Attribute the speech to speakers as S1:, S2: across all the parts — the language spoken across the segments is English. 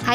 S1: Hi,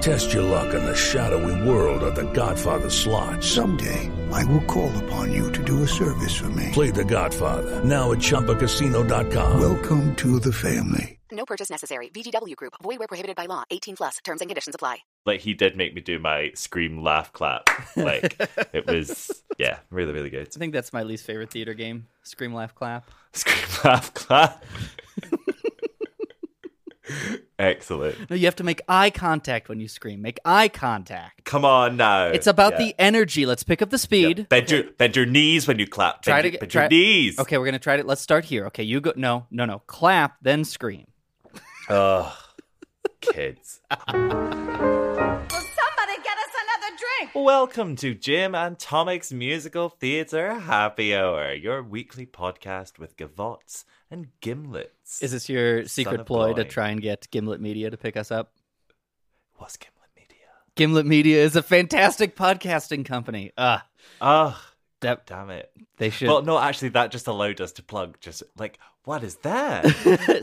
S2: Test your luck in the shadowy world of the Godfather slot.
S3: Someday, I will call upon you to do a service for me.
S2: Play the Godfather, now at Chumpacasino.com.
S3: Welcome to the family.
S4: No purchase necessary. VGW Group. Void where prohibited by law. 18 plus. Terms and conditions apply.
S5: Like, he did make me do my scream, laugh, clap. Like, it was, yeah, really, really good.
S6: I think that's my least favorite theater game. Scream, laugh, clap.
S5: Scream, laugh, clap. Excellent.
S6: No, you have to make eye contact when you scream. Make eye contact.
S5: Come on now.
S6: It's about the energy. Let's pick up the speed.
S5: Bend your bend your knees when you clap. Bend,
S6: Try to
S5: your-
S6: get
S5: bend
S6: try-
S5: your knees.
S6: Okay, we're gonna try to. Let's start here. Okay, you go. No, no, no. Clap, then scream.
S5: Ugh, kids.
S7: Somebody get us another drink.
S5: Welcome to Jim and Tomic's Musical Theatre Happy Hour, your weekly podcast with gavots and gimlets.
S6: Is this your
S5: Son
S6: secret
S5: of
S6: ploy to
S5: boy.
S6: try and get Gimlet Media to pick us up?
S5: What's gimlet media?
S6: Gimlet Media is a fantastic podcasting company. Ah,
S5: Ugh,
S6: that
S5: damn it.
S6: they should
S5: Well, no, actually, that just allowed us to plug just like, what is that?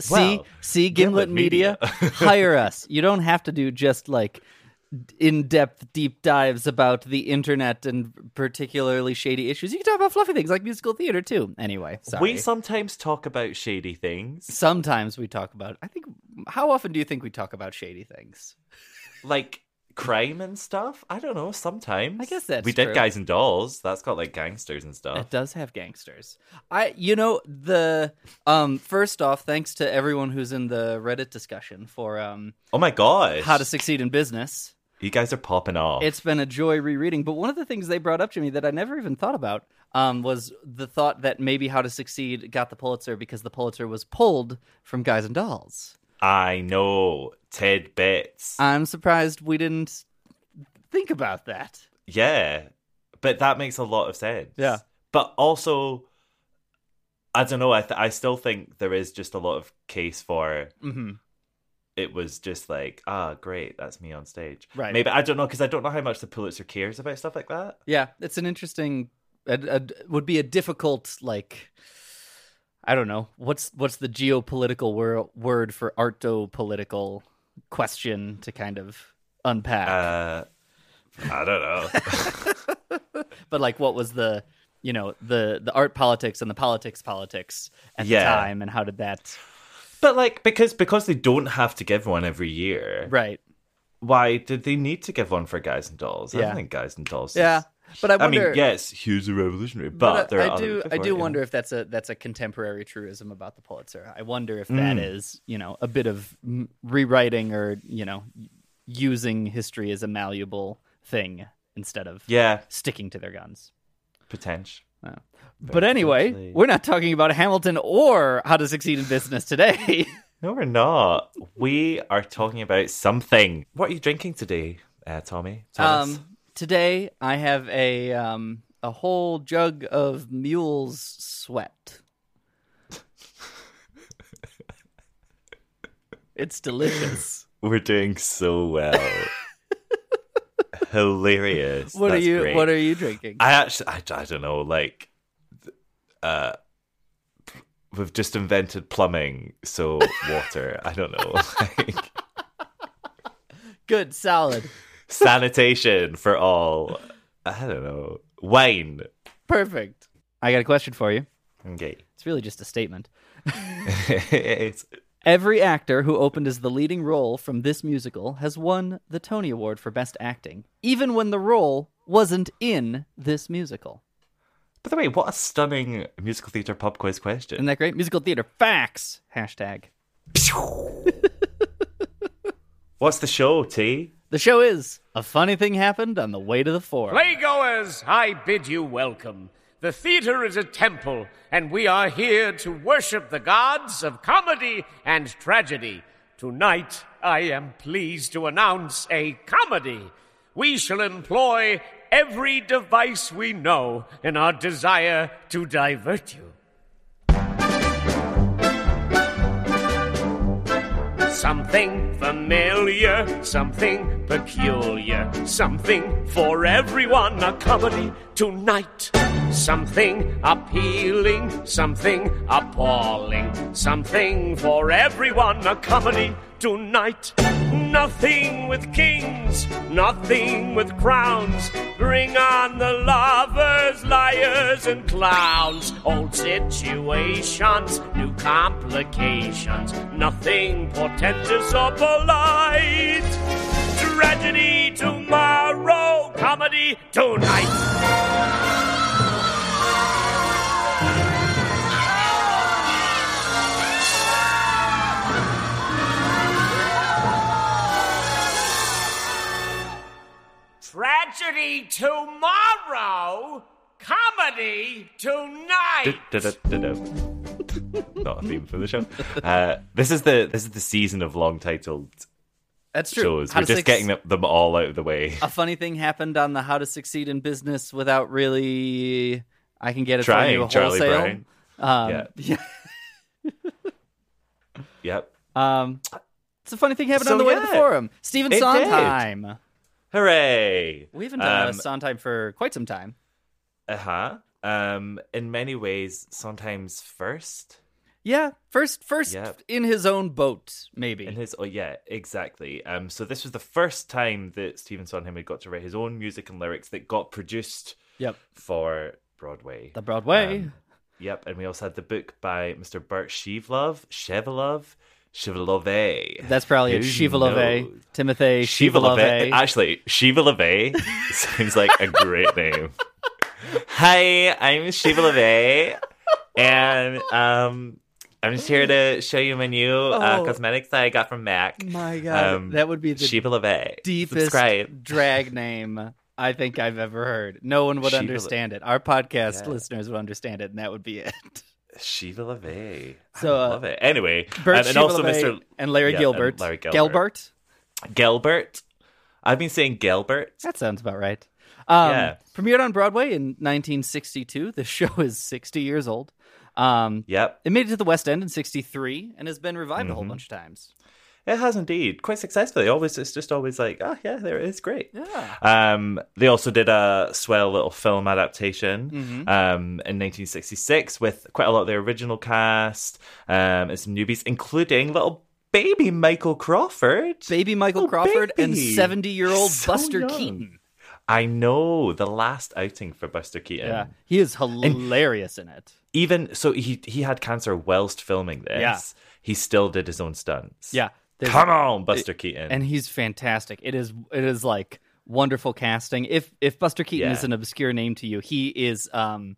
S6: see
S5: Well,
S6: see Gimlet,
S5: Gimlet
S6: Media,
S5: Media.
S6: hire us. You don't have to do just like in-depth deep dives about the internet and particularly shady issues. You can talk about fluffy things like musical theater too. Anyway, sorry.
S5: we sometimes talk about shady things.
S6: Sometimes we talk about. I think. How often do you think we talk about shady things?
S5: like crime and stuff. I don't know. Sometimes
S6: I guess that's
S5: we did
S6: true.
S5: guys and dolls. That's got like gangsters and stuff.
S6: It does have gangsters. I, you know, the um. First off, thanks to everyone who's in the Reddit discussion for um
S5: Oh my gosh!
S6: how to succeed in business.
S5: you guys are popping off?
S6: It's been a joy rereading. But one of the things they brought up to me that I never even thought about um, was the thought that maybe How to Succeed got the Pulitzer because the Pulitzer was pulled from Guys and Dolls.
S5: I know Ted Bits.
S6: I'm surprised we didn't think about that.
S5: yeah, but that makes a lot of sense.
S6: Yeah.
S5: but also, I don't know. I th- I still think there is just a lot of case for
S6: Mm-hmm.
S5: it was just like ah great that's me on stage.
S6: Right.
S5: Maybe I don't know because I don't know how much the Pulitzer cares about stuff like that.
S6: Yeah, it's an interesting. It, it would be a difficult like. I don't know what's what's the geopolitical wor- word for arto political question to kind of unpack.
S5: Uh, I don't know.
S6: but like, what was the you know the the art politics and the politics politics at the
S5: Yeah.
S6: time, and how did that
S5: But like because because they don't have to give one every year,
S6: right?
S5: why did they need to give one for guys and dolls? I
S6: Yeah.
S5: don't think guys and dolls. is-
S6: Yeah, but I
S5: I,
S6: wonder.
S5: mean, yes, Hughes are revolutionary, but,
S6: but
S5: there
S6: I,
S5: are
S6: I
S5: other
S6: do
S5: people
S6: I
S5: for
S6: do
S5: it, yeah.
S6: wonder if that's a that's a contemporary truism about the Pulitzer. I wonder if that
S5: Mm.
S6: is you know a bit of m- rewriting or you know y- using history as a malleable thing instead of
S5: Yeah,
S6: sticking to their guns.
S5: potential.
S6: But anyway,
S5: potentially.
S6: we're not talking about Hamilton or how to succeed in business today.
S5: No, we're not. We are talking about something. What are you drinking today, uh, Tommy? Thomas?
S6: um, today I have a um, a whole jug of mule's sweat. it's delicious.
S5: we're doing so well. Hilarious.
S6: What
S5: That's
S6: are you
S5: Great.
S6: What are you drinking?
S5: I actually, I, I don't know, like, uh, we've just invented plumbing, so water. I don't know, like,
S6: Good, solid,
S5: sanitation for all. I don't know, wine.
S6: perfect. I got a question for you.
S5: Okay,
S6: It's really just a statement.
S5: it's
S6: Every actor who opened as the leading role from this musical has won the Tony Award for Best Acting, even when the role wasn't in this musical.
S5: By the way, what a stunning musical theatre pub quiz question.
S6: Isn't that great? Musical theater facts hashtag.
S5: What's the show, T?
S6: The show is A Funny Thing Happened on the Way to the Fore.
S8: Playgoers, I bid you welcome. The theater is a temple, and we are here to worship the gods of comedy and tragedy. Tonight, I am pleased to announce a comedy. We shall employ every device we know in our desire to divert you. Something familiar, something peculiar, something for everyone, a comedy tonight. Something appealing, something appalling, something for everyone, a comedy tonight. Nothing with kings, nothing with crowns. Bring on the lovers, liars, and clowns. Old situations, new complications. Nothing portentous or polite. Tragedy tomorrow, comedy tonight. Tragedy tomorrow, comedy tonight.
S5: Du-du-du-du-du. Not a theme for the show. Uh, this is the this is the season of long titled
S6: That's true.
S5: shows.
S6: How
S5: We're
S6: to
S5: just
S6: suc-
S5: getting them- them all out of the way.
S6: a funny thing happened on the How to Succeed in Business Without Really. I can get it from
S5: Trying,
S6: you
S5: Charlie
S6: wholesale.
S5: Brown.
S6: Um,
S5: Yeah.
S6: yeah.
S5: Yep.
S6: Um, it's a funny thing happened
S5: So,
S6: on the way to the
S5: yeah.
S6: forum. Stephen
S5: It did.
S6: Sondheim.
S5: Hooray!
S6: We haven't done
S5: Um,
S6: a Sondheim for quite some time.
S5: Uh huh. Um, in many ways, sometimes first
S6: Yeah, first, first
S5: Yeah.
S6: in his own boat, maybe.
S5: in his. Oh yeah, exactly. Um, so this was the first time that Stephen Sondheim had got to write his own music and lyrics that got produced
S6: yep,
S5: for Broadway.
S6: the Broadway.
S5: Um, yep, and we also had the book by Mr. Bert Shevlov, Shevlov, Shevlove.
S6: That's probably a
S5: Who
S6: Shivalove,
S5: knows?
S6: Timothy
S5: Shivalove.
S6: Shivalove.
S5: Actually, Shivalove sounds like a great name. Hi, I'm Shivalove, and um, I'm just here to show you my new uh,
S6: Oh.
S5: cosmetics that I got from Mac. Um,
S6: My God, that would be the
S5: Shivalove.
S6: deepest
S5: Subscribe.
S6: drag name I think I've ever heard. No one would
S5: Shivala-
S6: understand it. Our podcast
S5: Yeah.
S6: listeners would understand it, and that would be it.
S5: Shiva LaVey.
S6: So,
S5: I
S6: uh,
S5: love it. Anyway,
S6: Bert
S5: and, and also
S6: Shivalove
S5: Mr.
S6: and Larry
S5: yeah,
S6: Gilbert.
S5: and Larry Gelbart.
S6: Gelbart?
S5: Gelbert. I've been saying Gelbert.
S6: That sounds about right. Um,
S5: Yeah.
S6: Premiered on Broadway in 1962. The show is 60 years old. Um,
S5: Yep.
S6: It made it to the West End in 63 and has been revived a whole
S5: Mm-hmm.
S6: bunch of times.
S5: It has indeed. Quite successfully. Always it's just always like, oh yeah, there it is great.
S6: Yeah.
S5: Um they also did a swell little film adaptation
S6: Mm-hmm.
S5: um in nineteen sixty six with quite a lot of the original cast, um and some newbies, including little baby Michael Crawford.
S6: Baby Michael
S5: Oh,
S6: Crawford and
S5: baby.
S6: 70 year old
S5: So
S6: Buster
S5: young.
S6: Keaton.
S5: I know, the last outing for Buster Keaton.
S6: Yeah. He is hilarious in it.
S5: even so he he had cancer whilst filming this
S6: Yeah.
S5: he still did his own stunts
S6: Yeah. There's-
S5: come on buster keaton
S6: and he's fantastic. It is it is like wonderful casting. If if Buster Keaton
S5: Yeah.
S6: is an obscure name to you, he is um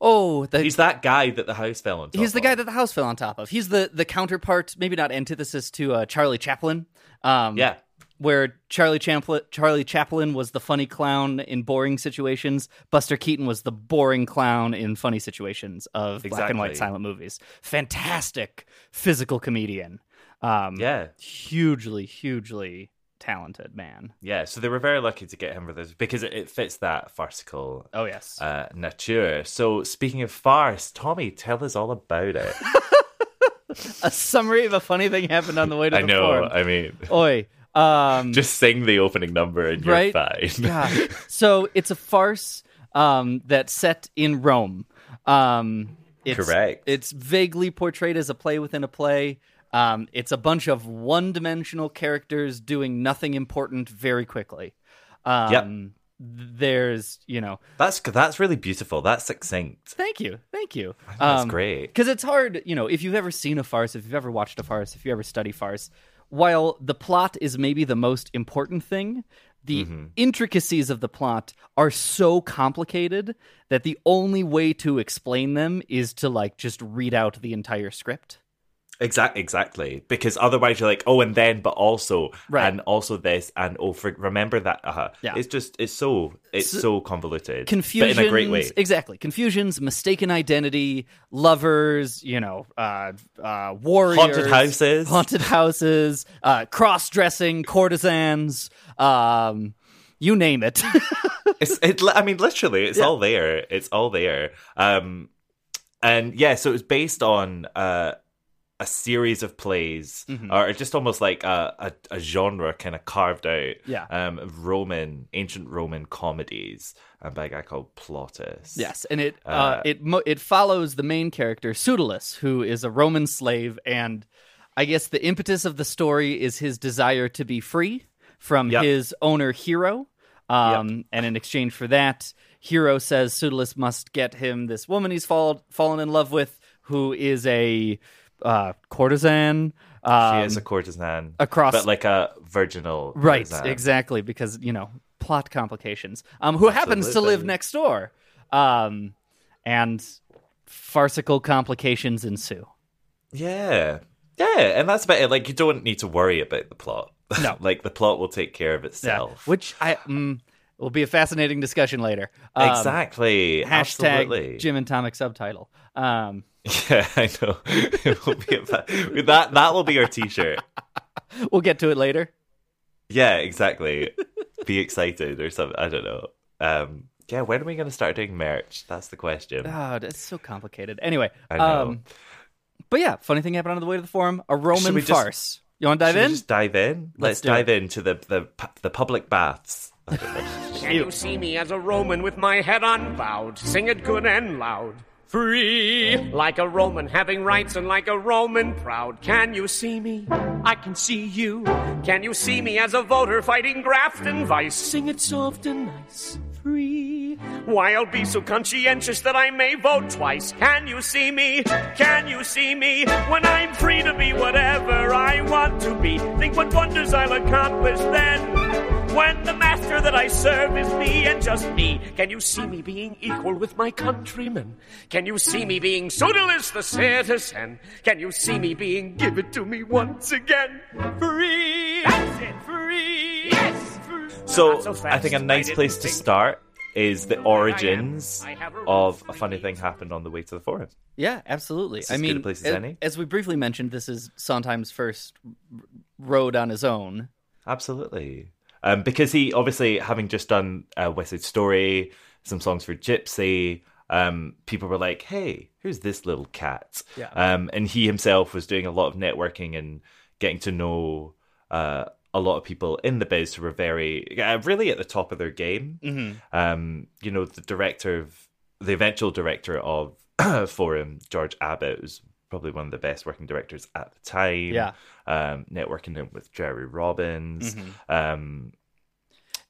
S6: oh the,
S5: he's that guy that the house fell on top
S6: he's the guy
S5: of.
S6: that the house fell on top of. He's the the counterpart, maybe not antithesis to uh, Charlie Chaplin. Um,
S5: yeah
S6: where Charlie Chaplin Charlie Chaplin was the funny clown in boring situations. Buster Keaton was the boring clown in funny situations of black and white
S5: Exactly.
S6: silent movies. Fantastic physical comedian. Um,
S5: yeah
S6: hugely, hugely talented man.
S5: yeah so they were very lucky to get him for this because it, it fits that farcical
S6: Oh yes.
S5: uh, nature so speaking of farce tommy tell us all about it
S6: a summary of a funny thing happened on the way to
S5: i
S6: the
S5: know
S6: forum.
S5: i mean
S6: Oi. Um
S5: just sing the opening number and you're
S6: Right?
S5: fine
S6: yeah. So it's a farce um that's set in Rome. Um it's,
S5: Correct.
S6: It's vaguely portrayed as a play within a play. Um, it's a bunch of one-dimensional characters doing nothing important very quickly. Um, there's you know
S5: that's that's really beautiful. That's succinct.
S6: Thank you, thank you.
S5: That's great.
S6: because it's hard. You know, if you've ever seen a farce, if you've ever watched a farce, if you ever study farce, while the plot is maybe the most important thing, the
S5: Mm-hmm.
S6: intricacies of the plot are so complicated that the only way to explain them is to like just read out the entire script.
S5: Exact, exactly. Because otherwise, you're like, oh, and then, but also,
S6: Right.
S5: and also this, and oh, for, remember that. Uh-huh.
S6: Yeah.
S5: It's just, it's so, it's so, convoluted,
S6: Confusions,
S5: but in a great way.
S6: exactly. Confusions, mistaken identity, lovers, you know, uh, uh, warriors,
S5: houses.
S6: haunted houses, uh, cross-dressing, courtesans, um, you name it.
S5: it's, it, I mean, literally, it's all there. It's all there. Um, and yeah, so it was based on uh, a series of plays,
S6: Mhm.
S5: or just almost like a, a, a genre kind of carved out.
S6: Yeah.
S5: Um, of Roman, ancient Roman comedies, um, by a guy called Plautus.
S6: yes, and it uh,
S5: Uh,
S6: it mo- it follows the main character Pseudolus, who is a Roman slave, and I guess the impetus of the story is his desire to be free from
S5: Yep.
S6: his owner Hero. Um, And in exchange for that, Hero says Pseudolus must get him this woman he's fall- fallen in love with, who is a uh, courtesan.
S5: She
S6: Um,
S5: is a courtesan.
S6: across-
S5: But like a virginal.
S6: Right,
S5: courtesan.
S6: exactly, because you know plot complications. Um, who happens to live
S5: Absolutely.
S6: next door, um, and farcical complications ensue.
S5: Yeah. Yeah. And that's about it. Like, you don't need to worry about the plot.
S6: No.
S5: like, the plot will take care of itself.
S6: which I mm, will be a fascinating discussion later. Um,
S5: Exactly.
S6: Hashtag
S5: Absolutely.
S6: Jim and Tomic subtitle. Um,
S5: Yeah, I know. It will be about- that that will be our t-shirt.
S6: we'll get to it later.
S5: Yeah, exactly. Be excited or something. I don't know. Um, yeah, when are we going to start doing merch? That's the question.
S6: God, it's so complicated. Anyway,
S5: I know.
S6: Um, but yeah, funny thing happened on the way to the forum. A
S5: Should
S6: Roman
S5: we just-
S6: farce. you want to dive
S5: Should we
S6: in?
S5: just dive in. Let's,
S6: Let's do
S5: dive into the the pu- the public baths. I don't know.
S8: Can you see me as a Roman with my head unbowed? Sing it good and loud. Free, like a Roman, having rights and like a Roman proud. Can you see me? I can see you. Can you see me as a voter fighting graft and vice? Sing it soft and nice. Free. Why, I'll be so conscientious that I may vote twice. Can you see me? Can you see me? When I'm free to be whatever I want to be. Think what wonders I'll accomplish then. When the master that I serve is me and just me, can you see me being equal with my countrymen? Can you see me being Pseudolus the citizen? Can you see me being give it to me once again? Free! That's it, free! Yes! Free.
S5: So,
S8: Not so
S5: I think a
S8: fast.
S5: nice
S8: didn't
S5: place to
S8: think-
S5: start is the origins
S8: I have a
S5: of
S8: roof,
S5: a
S8: I
S5: funny
S8: need
S5: thing happened on the way to the forum.
S6: Yeah, absolutely.
S5: It's
S6: I
S5: as
S6: mean,
S5: good a place as
S6: a-
S5: any.
S6: as we briefly mentioned, this is Sondheim's first r- road on his own.
S5: Absolutely. Um, because he obviously, having just done uh, West Side Story, some songs for Gypsy, um, people were like, hey, who's this little cat?
S6: Yeah.
S5: Um, and he himself was doing a lot of networking and getting to know uh, a lot of people in the biz who were very, uh, really at the top of their game.
S6: Mm-hmm.
S5: Um, you know, the director of, the eventual director of Forum, George Abbott, was probably one of the best working directors at the time
S6: Yeah. Mm-hmm.
S5: um, networking him with Jerry Robbins. Um,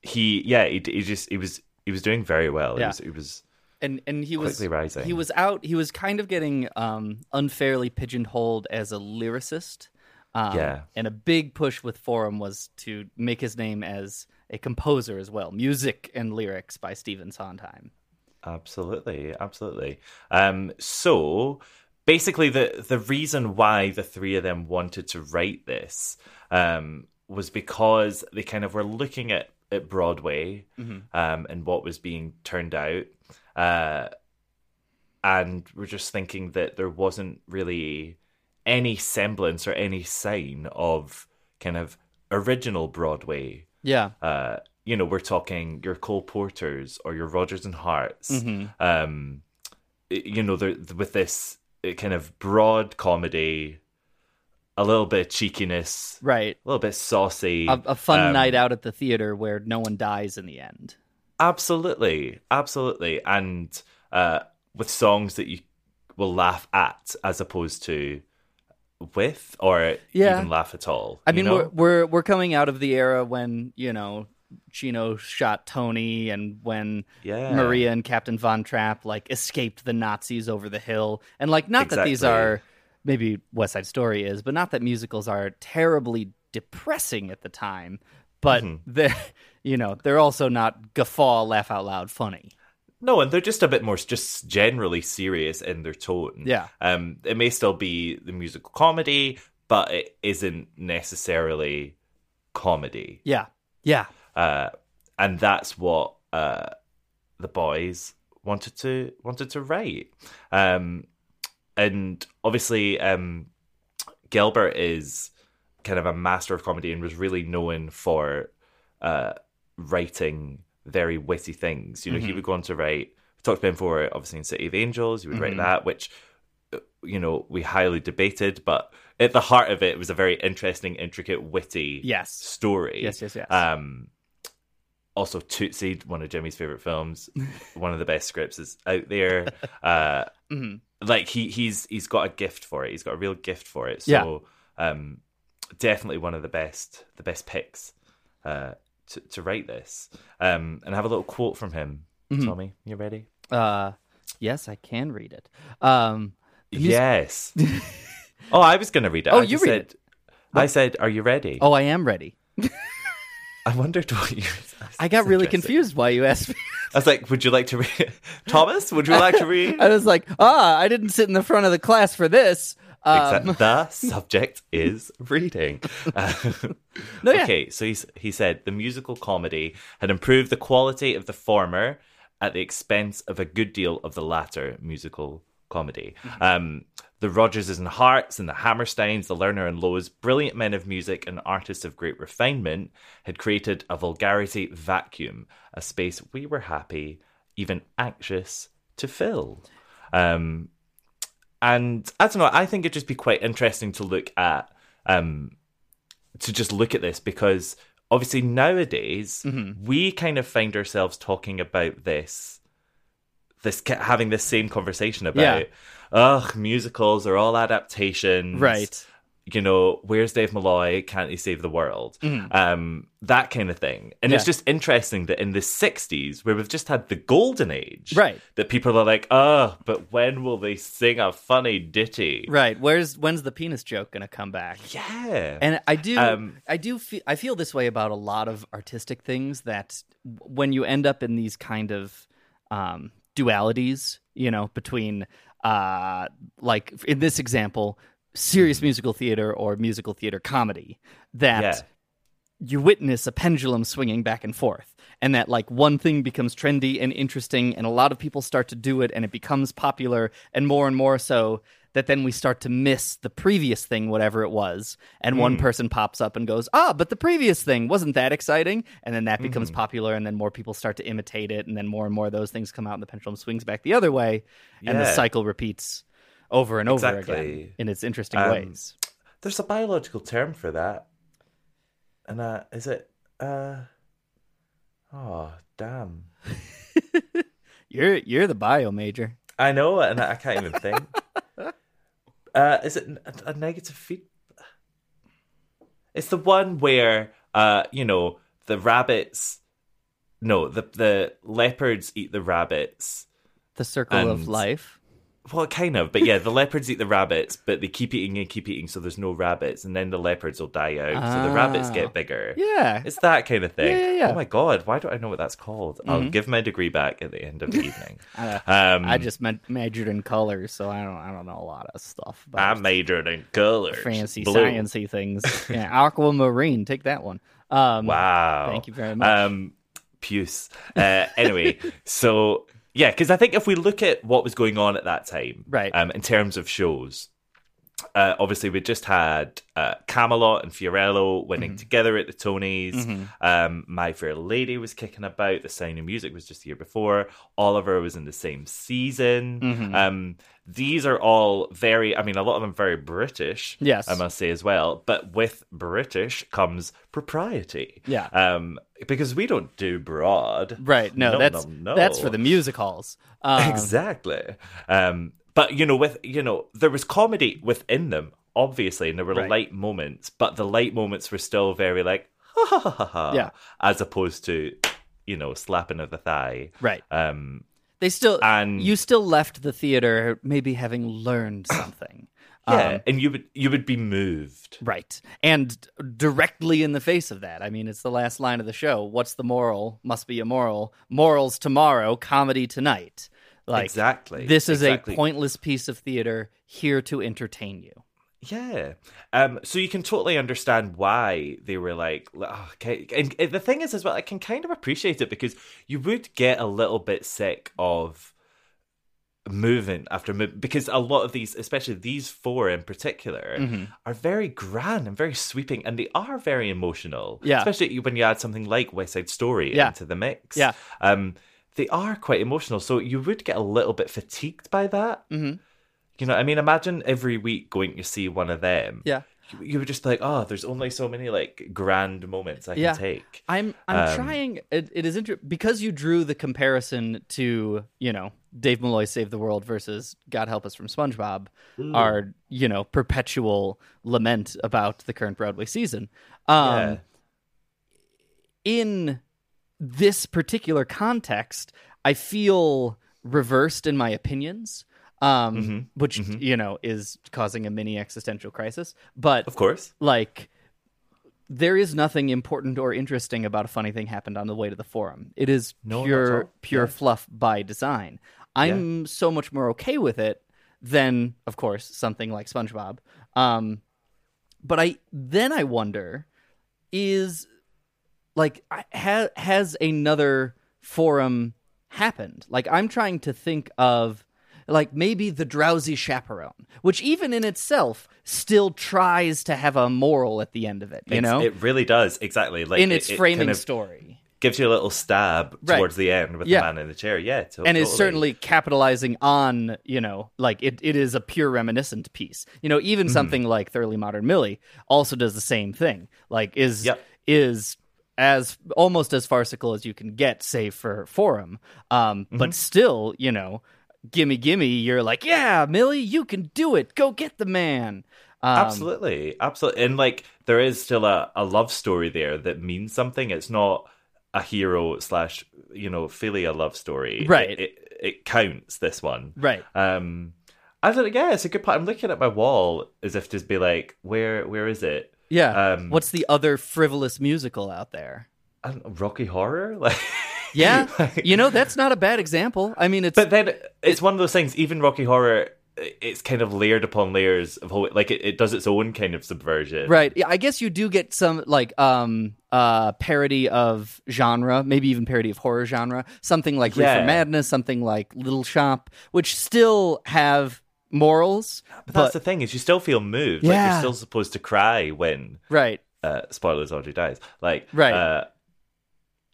S5: he, yeah, he, he just he was he was doing very well. He
S6: Yeah.
S5: was, he was
S6: And and he was
S5: Quickly rising.
S6: He was out. He was kind of getting um, unfairly pigeonholed as a lyricist. Um,
S5: Yeah.
S6: And a big push with Forum was to make his name as a composer as well, music and lyrics by Stephen Sondheim.
S5: absolutely, absolutely. Um, so basically, the the reason why the three of them wanted to write this um, was because they kind of were looking at at Broadway um, and what was being turned out. Uh, and we're just thinking that there wasn't really any semblance or any sign of kind of original Broadway.
S6: Yeah.
S5: Uh, you know, we're talking your Cole Porters or your Rogers and Harts.
S6: Mhm.
S5: Um, i- you know, they're, with this uh, kind of broad comedy, a little bit of cheekiness,
S6: Right.
S5: a little bit saucy,
S6: A, a fun
S5: um,
S6: night out at the theater where no one dies in the end.
S5: Absolutely, absolutely, and uh, with songs that you will laugh at as opposed to with, or
S6: Yeah.
S5: even laugh at all.
S6: I
S5: you
S6: mean,
S5: know?
S6: we're, we're we're coming out of the era when you know Chino shot Tony and when
S5: Yeah.
S6: Maria and Captain Von Trapp like escaped the Nazis over the hill. And like not that these
S5: Exactly.
S6: are maybe West Side Story is, but not that musicals are terribly depressing at the time, but
S5: Mm-hmm.
S6: they're you know, they're also not guffaw laugh out loud funny.
S5: No, and they're just a bit more just generally serious in their tone.
S6: Yeah.
S5: Um, it may still be the musical comedy, but it isn't necessarily comedy.
S6: Yeah. Yeah.
S5: Uh, and that's what uh, the boys wanted to wanted to write. Um, and obviously, um, Gilbert is kind of a master of comedy and was really known for uh, writing very witty things. You know, he
S6: Mm-hmm.
S9: Mhm.
S5: would go on to write. We talked about him for obviously in City of Angels. He would
S9: Mhm.
S6: Mm-hmm.
S5: write that, which uh, you know we highly debated, but at the heart of it was a very interesting, intricate, witty
S6: Yes.
S5: story.
S6: Yes, yes, yes.
S5: Um, also, Tootsie, one of Jimmy's favorite films, one of the best scripts is out there. Uh,
S6: Mhm.
S5: Like he he's he's got a gift for it. He's got a real gift for it.
S6: Yeah.
S5: So um, definitely one of the best the best picks uh, to to write this. Um, and I have a little quote from him.
S6: Mhm.
S5: Tommy, you ready?
S6: Uh yes, I can read it. Um the mus-
S5: yes. oh, I was gonna read it.
S6: Oh,
S5: I
S6: you
S5: just
S6: read
S5: said,
S6: it.
S5: I said, "Are you ready?"
S6: Oh, I am ready.
S5: I wondered what you.
S6: I got really
S5: interesting.
S6: confused why you asked me.
S5: I was like, "Would you like to read, Thomas? Would you like to read?"
S6: I was like, ah, I didn't sit in the front of the class for this. Um,
S5: Exact- the subject is reading. Um,
S6: No, yeah.
S5: Okay, so he's, he said the musical comedy had improved the quality of the former at the expense of a good deal of the latter musical comedy. Um, the Rogerses and Harts and the Hammersteins, the Lerner and Lows, brilliant men of music and artists of great refinement, had created a vulgarity vacuum, a space we were happy, even anxious to fill. Um, and I don't know. I think it'd just be quite interesting to look at, um, to just look at this because obviously nowadays we kind of find ourselves talking about this, this ca- having this same conversation about, ugh, musicals are all adaptations,
S6: Right.
S5: You know, where's Dave Malloy? Can't he save the world?
S6: Mhm.
S5: Um, that kind of thing. And it's
S6: Yeah.
S5: just interesting that in the '60s, where we've just had the golden age,
S6: Right.
S5: that people are like, oh, but when will they sing a funny ditty?
S6: right. Where's when's the penis joke gonna come back?
S5: Yeah.
S6: And I do,
S5: Um,
S6: I do feel, I feel this way about a lot of artistic things that w- when you end up in these kind of um, dualities, you know, between uh, like in this example, serious musical theater or musical theater comedy, that
S5: Mm-hmm. Yeah.
S6: you witness a pendulum swinging back and forth and that like one thing becomes trendy and interesting and a lot of people start to do it and it becomes popular and more and more so that then we start to miss the previous thing whatever it was and one
S5: Mm.
S6: person pops up and goes ah but the previous thing wasn't that exciting and then that
S5: Hmm.
S6: becomes popular and then more people start to imitate it and then more and more of those things come out and the pendulum swings back the other way and the
S5: Yeah.
S6: cycle repeats over and over again
S5: Exactly.
S6: in its interesting
S5: Um,
S6: ways
S5: There's a biological term for that. And uh, is it. Uh... Oh, damn.
S6: you're you're the bio major
S5: I know, and I can't even think. uh, is it a, a negative feed? It's the one where, uh, you know, the rabbits. No, the the leopards eat the rabbits.
S6: the circle of
S5: And-
S6: life
S5: Well, kind of, but yeah, the leopards eat the rabbits, but they keep eating and keep eating, so there's no rabbits, and then the leopards will die out, so the rabbits
S6: Ah.
S5: get bigger.
S6: Yeah.
S5: it's that kind of thing.
S6: Yeah, yeah, yeah.
S5: Oh my god, why do I know what that's called? I'll
S6: Mhm.
S5: give my degree back at the end of the evening.
S6: Uh,
S5: Um,
S6: I just ma- majored in colors, so I don't I don't know a lot of stuff.
S5: I
S6: About
S5: majored in colors,
S6: fancy
S5: blue.
S6: sciency things. yeah, aquamarine, take that one. Um,
S5: Wow.
S6: thank you very much.
S5: Um, puce. Uh, anyway, so yeah, because I think if we look at what was going on at that time,
S6: Right.
S5: um, in terms of shows, uh, obviously we just had uh, Camelot and Fiorello winning
S6: Mm-hmm.
S5: together at the Tonys.
S9: Mhm.
S5: Um, My Fair Lady was kicking about. The Sound of Music was just the year before. Oliver was in the same season.
S9: Mhm.
S6: Mm-hmm.
S5: Um, these are all very. I mean, a lot of them very British.
S9: Yes.
S5: I must say as well. But with British comes propriety.
S6: Yeah.
S5: Um, because we don't do broad.
S6: right? No, that's that's for the music halls. Um,
S5: exactly. Um, but you know, with you know, there was comedy within them, obviously, and there were
S6: Right.
S5: light moments, but the light moments were still very like, ha ha ha ha,
S6: Yeah.
S5: as opposed to, you know, slapping of the thigh.
S6: Right.
S5: Um,
S6: They still
S5: And-
S6: you still left the theater maybe having learned something.
S5: yeah,
S6: Um,
S5: and you would you would be moved.
S6: right. And directly in the face of that. I mean, it's the last line of the show. What's the moral? Must be immoral. Morals tomorrow, comedy tonight. Like
S5: Exactly,
S6: This is
S5: exactly.
S6: a pointless piece of theater here to entertain you.
S5: Yeah. Um, so you can totally understand why they were like, like, "Oh, okay. And and the thing is, as well, I can kind of appreciate it because you would get a little bit sick of moving after move because a lot of these, especially these four in particular,
S6: Mhm.
S5: are very grand and very sweeping, and they are very emotional.
S6: Yeah.
S5: Especially when you add something like West Side Story
S6: Yeah.
S5: into the mix.
S6: Yeah.
S5: Um, they are quite emotional, so you would get a little bit fatigued by that.
S6: Mm-hmm.
S5: You know, I mean, imagine every week going to see one of them.
S6: Yeah.
S5: You- You were just like, oh, there's only so many like grand moments I can
S6: Yeah.
S5: take.
S6: I'm I'm
S5: Um,
S6: trying. It, it is interesting because you drew the comparison to you know Dave Malloy Save the World versus God Help Us from SpongeBob,
S5: Mm.
S6: our you know perpetual lament about the current Broadway season. Um,
S5: Yeah.
S6: In this particular context, I feel reversed in my opinions, um,
S5: Mm-hmm.
S6: which you know is causing a mini existential crisis. But
S5: Of course.
S6: like there is nothing important or interesting about a funny thing happened on the way to the forum. It is
S5: No, not at
S6: pure
S5: all.
S6: pure
S5: Yeah.
S6: fluff by design. I'm so much more okay with it than, of course, something like SpongeBob. Um, but I then I wonder is like I- ha- has another forum happened? Like I'm trying to think of like maybe the drowsy chaperone, which even in itself still tries to have a moral at the end of it, you
S5: It's-
S6: know,
S5: It really does. Exactly. Like
S6: in
S5: it-
S6: its
S5: it
S6: framing
S5: kind of
S6: story.
S5: Gives you a little stab
S6: Right.
S5: towards the end with
S6: Yeah.
S5: the man in the chair. Yeah. to-
S6: and is
S5: totally.
S6: certainly capitalizing on you know like it, it is a pure reminiscent piece you know
S5: Mm-hmm.
S6: even something like thoroughly modern millie also does the same thing like is
S5: Yep.
S6: is as almost as farcical as you can get save for forum um
S5: Mm-hmm.
S6: but still you know gimme gimme you're like yeah millie you can do it go get the man um,
S5: absolutely absolutely and like there is still a, a love story there that means something it's not a hero slash you know philia love story It-
S6: Right.
S5: it, it, counts this one
S6: Right.
S5: um i don't yeah it's a good part i'm looking at my wall as if to be like where where is it
S6: yeah
S5: um
S6: what's the other frivolous musical out there
S5: I don't know, rocky horror like
S6: yeah
S5: Like-
S6: you know that's not a bad example i mean it's
S5: But then it's one of those things. Even Rocky Horror, i- it's kind of layered upon layers of whole. Like it, it does its own kind of subversion.
S6: Right. Yeah, I guess you do get some like um uh parody of genre, maybe even parody of horror genre. Something like
S5: Yeah.
S6: Reefer Madness, something like Little Shop, which still have morals.
S5: But that's the thing is, you still feel moved. Like
S6: Yeah.
S5: you're still supposed to cry when
S6: right.
S5: uh, spoilers Audrey dies. Like
S6: Right.
S5: Uh,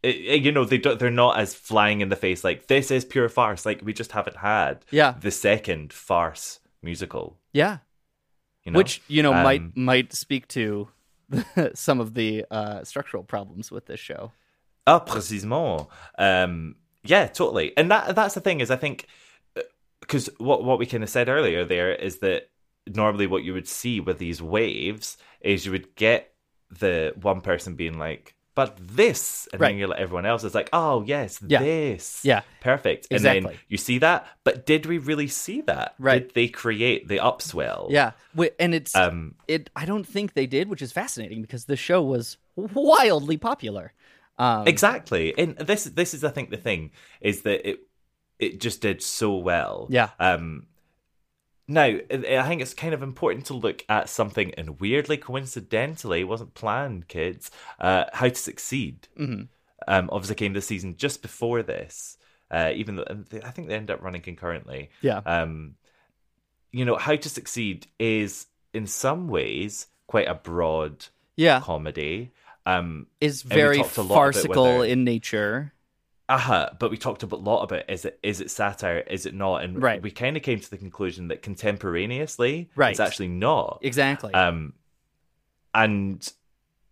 S5: it, it- you know they don't, they're not as flying in the face like this is pure farce like we just haven't had
S6: Yeah.
S5: the second farce musical
S6: Yeah.
S5: you know?
S6: Which, you know,
S5: Um,
S6: might might speak to some of the uh structural problems with this show.
S5: Ah, précisément. Um, yeah, totally. And that that's the thing is, I think because what what we kind of said earlier there is that normally what you would see with these waves is you would get the one person being like, "But this," and
S6: Right.
S5: then you're like, everyone else is like, "Oh yes,
S6: Yeah.
S5: this,
S6: Yeah.
S5: perfect." And then
S6: Exactly.
S5: you see that, but did we really see that?
S6: Right.
S5: Did they create the upswell?
S6: Yeah. Wi- And it's
S5: Um,
S6: it I don't think they did, which is fascinating because the show was wildly popular. Um
S5: exactly and this this is i think the thing is that it it just did so well
S6: Yeah.
S5: um now i I think it's kind of important to look at something and weirdly coincidentally it wasn't planned kids uh how to succeed
S6: mm-hmm.
S5: um obviously came this season just before this uh even though and they- i think they end up running concurrently
S6: Yeah.
S5: um you know how to succeed is in some ways quite a broad
S6: Yeah.
S5: comedy um
S6: is
S5: And we
S6: very
S5: talked a lot about
S6: farcical
S5: whether-
S6: in nature.
S5: uh-huh but we talked a bit- lot about is it is it satire is it not and
S6: Right.
S5: we kind of came to the conclusion that contemporaneously
S6: Right.
S5: it's actually not
S6: Exactly.
S5: um and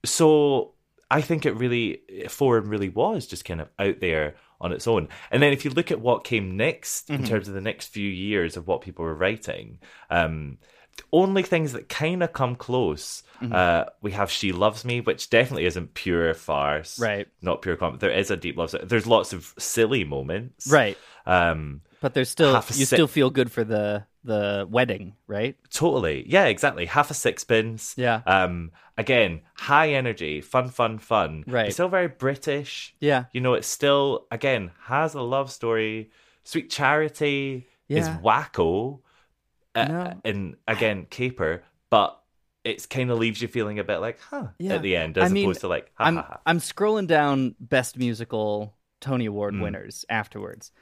S5: so i think it really forum really was just kind of out there on its own and then if you
S6: Mm-hmm.
S5: look at what came next in terms of the next few years of what people were writing um The only things that kind of come close,
S6: Mhm.
S5: uh, we have "She Loves Me," which definitely isn't pure farce,
S6: Right.
S5: Not pure comedy. There is a deep love. story. There's lots of silly moments,
S6: Right.
S5: Um,
S6: But there's still
S5: half a
S6: you
S5: sec-
S6: still feel good for the the wedding, right? Uh,
S5: Totally. Yeah, exactly. Half a sixpence.
S6: Yeah.
S5: Um again, high energy, fun, fun, fun.
S6: Right.
S5: It's still very British.
S6: Yeah.
S5: You know, it's still again has a love story. Sweet Charity is
S6: Yeah.
S5: wacko. Uh,
S6: No.
S5: and again, caper, but it's kind of leaves you feeling a bit like, huh,
S6: Yeah.
S5: at the end, as
S6: I mean,
S5: opposed to like, ha
S6: I'm
S5: ha ha.
S6: I'm scrolling down best musical Tony Award
S5: Mm.
S6: winners afterwards.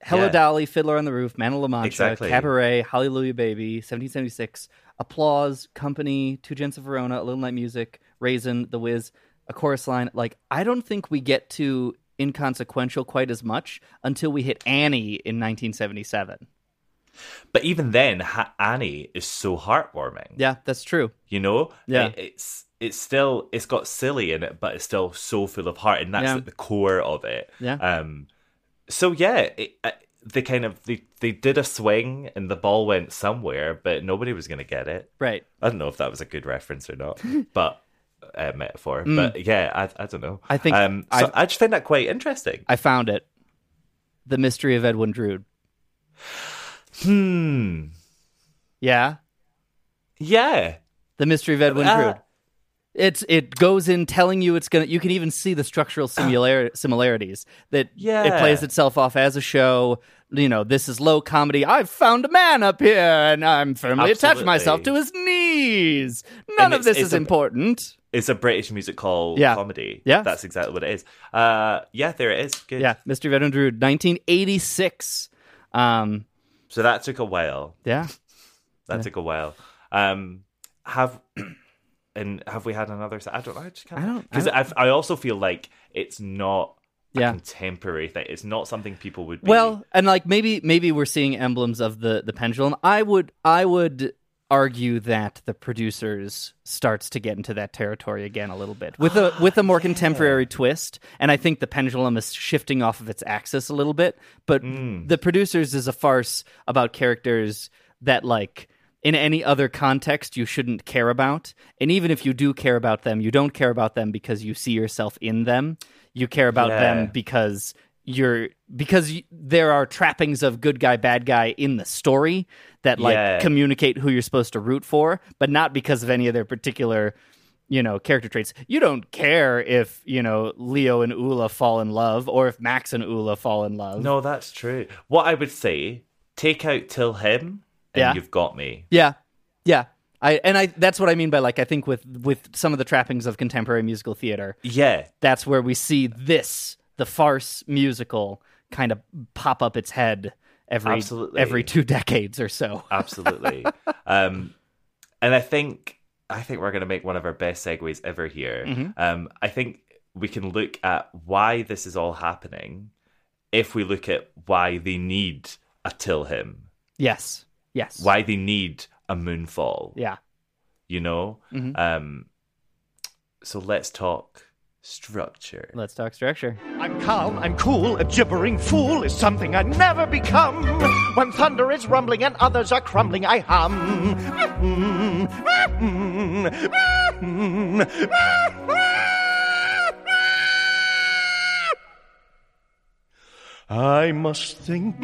S6: Hello
S5: Yeah.
S6: Dolly, Fiddler on the Roof, Man of La Mancha,
S5: Exactly.
S6: Cabaret, Hallelujah Baby, 1776, Applause, Company, Two Gents of Verona, A Little Night Music, Raisin, The Wiz, A Chorus Line. Like I don't think we get to inconsequential quite as much until we hit Annie in 1977.
S5: But even then, ha- Annie is so heartwarming.
S6: Yeah, that's true.
S5: you know
S6: Yeah.
S5: It- it's it's still it's got silly in it but it's still so full of heart and that's
S6: Yeah.
S5: at the core of it
S6: Yeah.
S5: um so yeah it, uh, they kind of they, they did a swing and the ball went somewhere but nobody was gonna get it
S6: Right.
S5: i don't know if that was a good reference or not but uh, metaphor
S6: Mm.
S5: but yeah I, I don't know
S6: I think
S5: um so
S6: I've-
S5: i just find that quite interesting
S6: I found it. The Mystery of Edwin Drood.
S5: hmm
S6: Yeah.
S5: yeah
S6: The Mystery of Edwin
S5: Ah.
S6: Drood. It's it goes in telling you it's gonna. You can even see the structural similar, similarities that it
S5: Yeah.
S6: plays itself off as a show. You know, this is low comedy. I've found a man up here, and I'm firmly attached myself to
S5: Absolutely.
S6: his knees. None
S5: And
S6: of
S5: it's-
S6: this
S5: it's
S6: is
S5: a-
S6: important.
S5: it's a british musical
S6: Yeah.
S5: comedy
S6: Yeah.
S5: that's exactly what it is uh yeah there it is good
S6: Yeah, Mystery of Edwin Drood, 1986. Um,
S5: so that took a while
S6: yeah,
S5: That took a while. Um, have and have we had another? I don't know. I just can't.
S6: I don't- I
S5: because I, I also feel like it's not a
S6: Yeah.
S5: contemporary thing. It's not something people would be.
S6: Well, and like maybe maybe we're seeing emblems of the the pendulum. I would I would argue that the producers starts to get into that territory again a little bit with
S5: Ah,
S6: a with a more contemporary twist and I think the pendulum is shifting off of its axis a little bit but
S5: Hmm.
S6: the producers is a farce about characters that like in any other context you shouldn't care about and even if you do care about them you don't care about them because you see yourself in them you care about them
S5: Yeah.
S6: because you're because y there are trappings of good guy bad guy in the story that like
S5: Yeah.
S6: communicate who you're supposed to root for but not because of any of their particular you know character traits you don't care if you know leo and ula fall in love or if max and ula fall in love
S5: no, that's true. What I would say, take out till him, and
S6: Yeah.
S5: you've got me.
S6: Yeah, yeah. I and I that's what I mean by like I think with with some of the trappings of contemporary musical theater,
S5: Yeah,
S6: that's where we see this the farce musical kind of pop up its head every
S5: Absolutely.
S6: every two decades or so.
S5: absolutely. um, and I think I think we're going to make one of our best segues ever here.
S6: Mm-hmm.
S5: Um, I think we can look at why this is all happening if we look at why they need a till him,
S6: Yes, yes.
S5: why they need a moonfall.
S6: Yeah.
S5: You know.
S6: Mhm.
S5: Um, so let's talk structure.
S6: Let's talk structure.
S9: I'm calm, I'm cool, a gibbering fool is something I never become. When thunder is rumbling and others are crumbling, I hum. I must think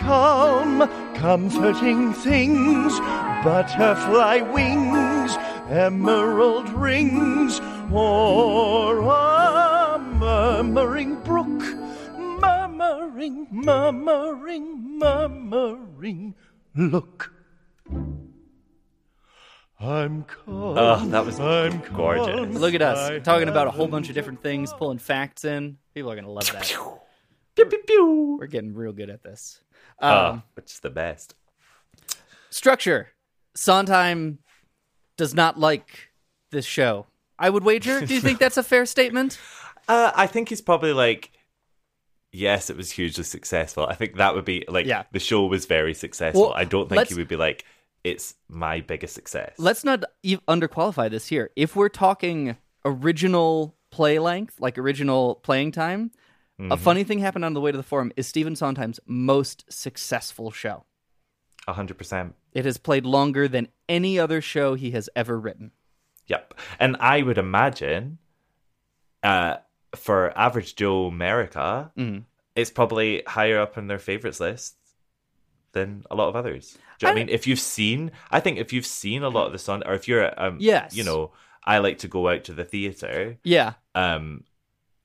S9: calm, comforting things, butterfly wings, emerald rings, or a murmuring brook, murmuring, murmuring, murmuring look. I'm calm.
S5: Oh, that was
S9: I'm
S5: gorgeous.
S9: calm.
S6: Look at us
S9: I
S6: talking about a whole
S9: haven't
S6: bunch of different things, pulling facts in. People are gonna love that. We're getting real good at this. Um,
S5: oh, which is the best.
S6: Structure. Sondheim does not like this show. I would wager. Do you think that's a fair statement?
S5: Uh, I think he's probably like, yes, it was hugely successful. I think that would be like,
S6: Yeah.
S5: the show was very successful.
S6: Well,
S5: I don't think
S6: let's-
S5: he would be like, it's my biggest success.
S6: Let's not e- underqualify this here. If we're talking original play length, like original playing time, a
S5: Mhm.
S6: funny thing happened on the way to the forum is Stephen Sondheim's most successful show.
S5: A hundred percent.
S6: It has played longer than any other show he has ever written.
S5: Yep. And I would imagine uh, for average Joe America,
S6: Mhm.
S5: it's probably higher up on their favorites list than a lot of others. Do you know what I mean? If you've seen, I think if you've seen a lot of the sun, or if you're, um,
S6: Yes.
S5: you know, I like to go out to the theater.
S6: Yeah.
S5: Um,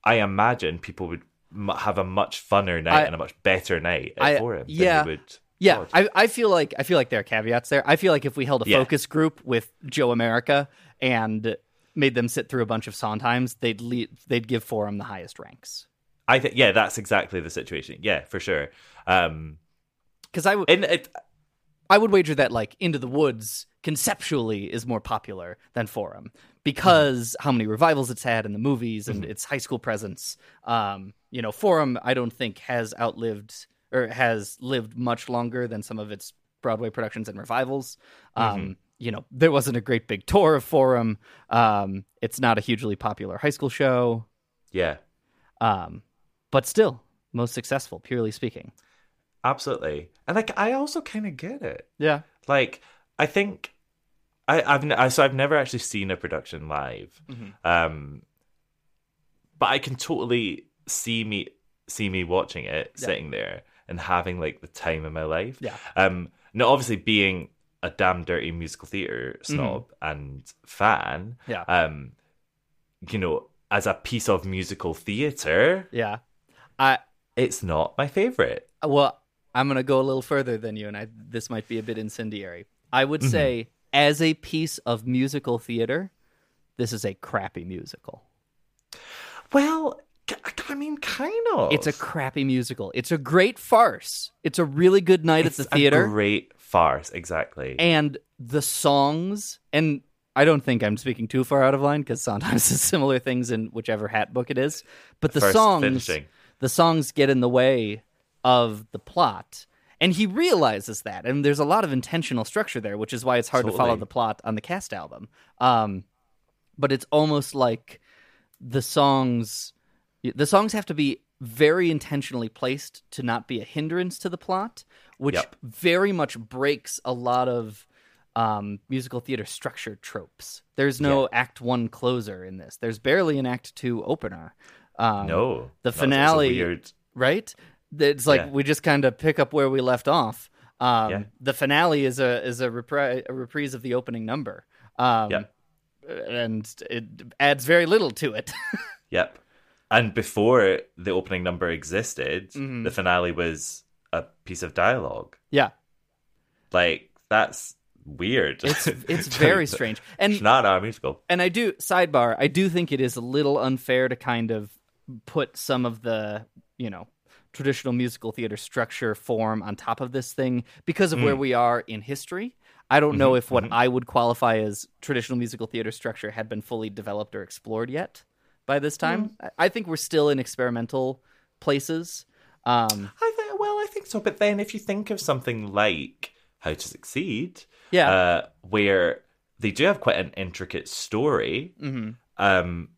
S5: I imagine people would m- have a much funner night
S6: I-
S5: and a much better night at
S6: I-
S5: Forum
S6: yeah.
S5: than they would.
S6: Yeah, I, I feel like I feel like there are caveats there. I feel like if we held a
S5: Yeah.
S6: focus group with Joe America and made them sit through a bunch of Sondheims, they'd le- they'd give Forum the highest ranks.
S5: I think, yeah, that's exactly the situation. Yeah, for sure. Um,
S6: Because I w-
S5: and it,
S6: I would wager that like Into the Woods conceptually is more popular than Forum because how many revivals it's had in the movies and its high school presence. Um, you know, Forum I don't think has outlived or has lived much longer than some of its Broadway productions and revivals. Um,
S10: Mhm.
S6: You know, there wasn't a great big tour of Forum. Um, it's not a hugely popular high school show,
S5: yeah.
S6: um, but still most successful, purely speaking.
S5: Absolutely. And like I also kind of get it.
S6: Yeah.
S5: Like I think I I've n- I, so I've never actually seen a production live. Um but I can totally see me see me watching it
S6: Yeah.
S5: sitting there and having like the time of my life.
S6: Yeah.
S5: Um now obviously being a damn dirty musical theater snob and fan.
S6: Yeah.
S5: Um you know, as a piece of musical theater,
S6: Yeah. I
S5: it's not my favorite.
S6: Uh, Well, I'm going to go a little further than you, and I, this might be a bit incendiary. I would
S5: Mhm.
S6: say, as a piece of musical theater, this is a crappy musical.
S5: Well, I mean, kind of.
S6: It's a crappy musical. It's a great farce. It's a really good night at the
S5: a
S6: theater.
S5: great farce, exactly.
S6: and the songs and i don't think i'm speaking too far out of line because sometimes it's similar things in whichever hat book it is but the
S5: First
S6: songs
S5: finishing.
S6: the songs get in the way of the plot and he realizes that and there's a lot of intentional structure there which is why it's hard to follow
S5: Totally.
S6: the plot on the cast album um, but it's almost like the songs the songs have to be very intentionally placed to not be a hindrance to the plot which
S5: Yep.
S6: very much breaks a lot of um, musical theater structure tropes there's no act one closer in this there's barely an act two opener um,
S5: No, no,
S6: the
S5: it's a
S6: finale
S5: weird-
S6: right it's like
S5: Yeah.
S6: we just kind of pick up where we left off um,
S5: Yeah.
S6: the finale is a is a, repri- a reprise of the opening number um,
S5: Yeah.
S6: and it adds very little to it
S5: Yep. And before the opening number existed,
S6: Mhm.
S5: the finale was a piece of dialogue.
S6: yeah
S5: Like that's weird. It's
S6: it's very strange. And-
S5: it's not our musical.
S6: and I do sidebar. I do think it is a little unfair to kind of put some of the you know traditional musical theater structure form on top of this thing because of where
S5: Mm.
S6: we are in history. I don't know
S5: Mhm,
S6: if what
S5: mhm.
S6: I would qualify as traditional musical theater structure had been fully developed or explored yet by this time. I- I think we're still in experimental places. Um,
S5: I think. Well, I think so. But then, if you think of something like How to Succeed,
S6: Yeah.
S5: uh, where they do have quite an intricate story,
S6: Mhm.
S5: um,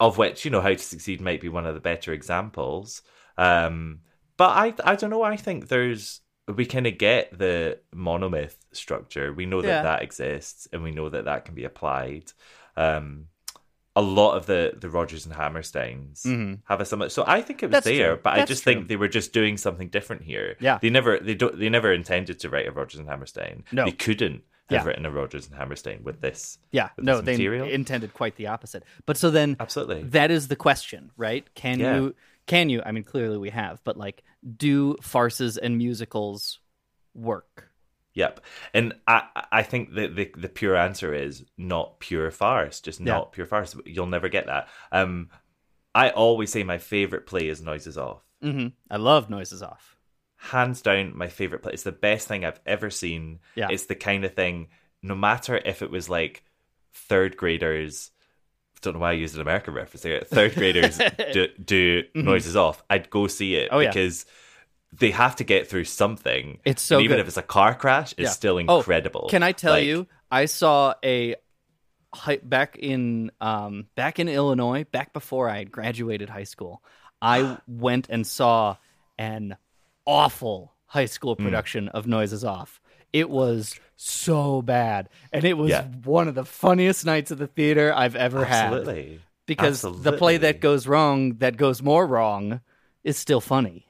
S5: of which you know How to Succeed might be one of the better examples. Um, but I, I don't know. I think there's we kind of get the monomyth structure. We know that
S6: Yeah.
S5: that exists, and we know that that can be applied. Um, a lot of the the Rogers and Hammersteins
S6: Mhm.
S5: have a similar. So I think it was
S6: That's
S5: there,
S6: true.
S5: but I
S6: That's
S5: just
S6: true.
S5: think they were just doing something different here.
S6: Yeah.
S5: They never they don't they never intended to write a Rogers and Hammerstein.
S6: No.
S5: They couldn't have
S6: Yeah.
S5: written a Rogers and Hammerstein with this.
S6: Yeah,
S5: with
S6: no,
S5: this
S6: they
S5: material.
S6: intended quite the opposite. But so then,
S5: Absolutely.
S6: that is the question, right? Can
S5: Yeah.
S6: you? Can you? I mean, clearly we have, but like, do farces and musicals work?
S5: Yep. And I I think that the the pure answer is not pure farce, just
S6: Yeah.
S5: not pure farce. You'll never get that. Um I always say my favorite play is Noises Off.
S6: Mm-hmm. I love noises off.
S5: hands down my favorite play. It's the best thing I've ever seen.
S6: Yeah.
S5: It's the kind of thing, no matter if it was like third graders, don't know why I used an American reference there, third graders do, do
S6: Mhm.
S5: noises off, I'd go see it
S6: Oh, yeah.
S5: because they have to get through something.
S6: It's so
S5: And even
S6: good.
S5: if it's a car crash, it's
S6: Yeah.
S5: still
S6: Oh,
S5: incredible.
S6: Can I tell
S5: Like,
S6: you? I saw a hi- back in um, back in Illinois, back before I had graduated high school. I Mm. went and saw an awful high school production of Noises Off. It was so bad, and it was one of the funniest nights of the theater I've ever
S5: Absolutely.
S6: had. Because the play that goes wrong, that goes more wrong, is still funny.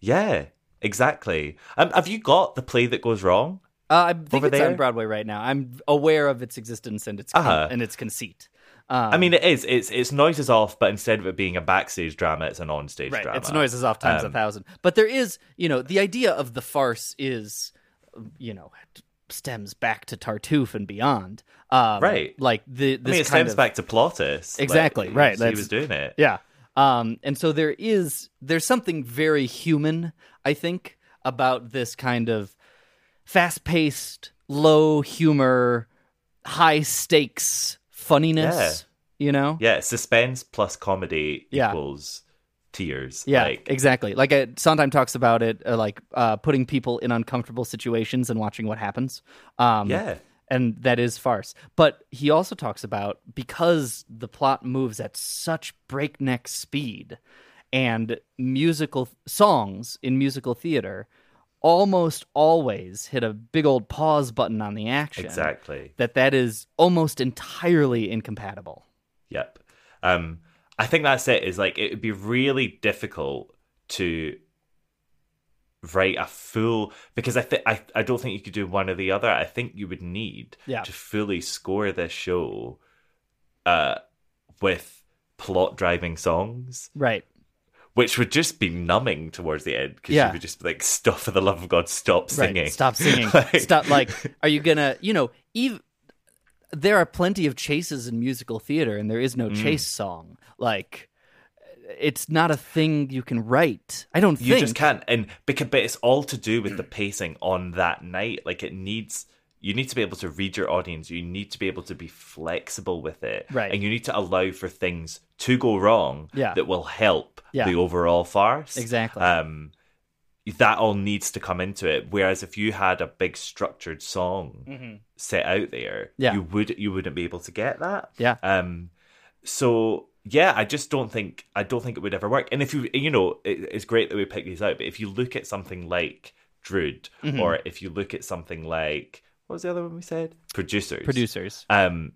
S5: Yeah, exactly. Um, have you got the play that goes wrong?
S6: Uh, I think
S5: Over
S6: it's
S5: there?
S6: on Broadway right now. I'm aware of its existence and its
S5: Uh-huh.
S6: and its conceit.
S5: I
S6: Um,
S5: mean, it is. It's it's noises off, but instead of it being a backstage drama, it's an onstage
S6: right,
S5: drama.
S6: it's noises off times
S5: Um,
S6: a thousand. But there is, you know, the idea of the farce is, you know, stems back to Tartuffe and beyond. Um,
S5: Right.
S6: like the this
S5: I mean, it
S6: kind
S5: stems
S6: of-
S5: back to Plautus. Like,
S6: Exactly, right,
S5: He
S6: that's-
S5: was doing it.
S6: Yeah. Um, and so there is there's something very human, I think, about this kind of fast paced, low humor, high stakes funniness. You know?
S5: Yeah, suspense plus comedy
S6: Yeah.
S5: equals tears.
S6: Yeah,
S5: Like,
S6: exactly. Like uh, Sondheim talks about it, uh, like uh, putting people in uncomfortable situations and watching what happens. Um,
S5: Yeah.
S6: and that is farce. But he also talks about because the plot moves at such breakneck speed, and musical songs in musical theater almost always hit a big old pause button on the action.
S5: Exactly.
S6: That that is almost entirely incompatible.
S5: Yep. Um, I think that's it. Is like it would be really difficult to write a full because I think I I don't think you could do one or the other. I think you would need
S6: Yeah.
S5: to fully score this show, uh, with plot driving songs,
S6: Right.
S5: which would just be numbing towards the end because
S6: Yeah.
S5: you would just be like, "Stop for the love of God, stop
S6: Right,
S5: singing,
S6: Stop singing.
S5: Like-
S6: stop. Like, are you gonna? You know, ev there are plenty of chases in musical theater, and there is no
S5: Mm.
S6: chase song. Like, it's not a thing you can write. I don't
S5: you
S6: think.
S5: just can't and because but it's all to do with the pacing on that night like it needs you need to be able to read your audience you need to be able to be flexible with it
S6: Right.
S5: and you need to allow for things to go wrong
S6: Yeah.
S5: that will help
S6: Yeah.
S5: the overall farce
S6: Exactly.
S5: um that all needs to come into it whereas if you had a big structured song
S6: Mhm.
S5: set out there
S6: Yeah.
S5: you would you wouldn't be able to get that
S6: Yeah.
S5: um so yeah i just don't think i don't think it would ever work and if you you know it, it's great that we pick these out but if you look at something like drood
S6: Mhm.
S5: or if you look at something like what was the other one we said producers
S6: Producers.
S5: um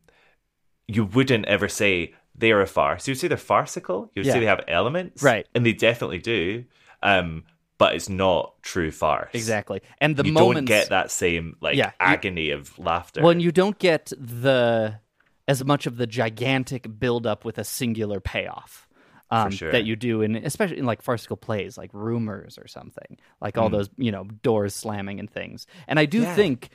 S5: you wouldn't ever say they're a farce you'd say they're farcical you'd
S6: Yeah.
S5: say they have elements
S6: Right.
S5: and they definitely do um but it's not true farce
S6: Exactly. And the
S5: you don't
S6: moments-
S5: get that same like
S6: Yeah, you-
S5: agony of laughter
S6: When you don't get the as much of the gigantic buildup with a singular payoff um,
S5: sure.
S6: that you do in especially in like farcical plays like rumors or something like all
S5: Mm.
S6: those you know doors slamming and things and i do
S5: Yeah.
S6: think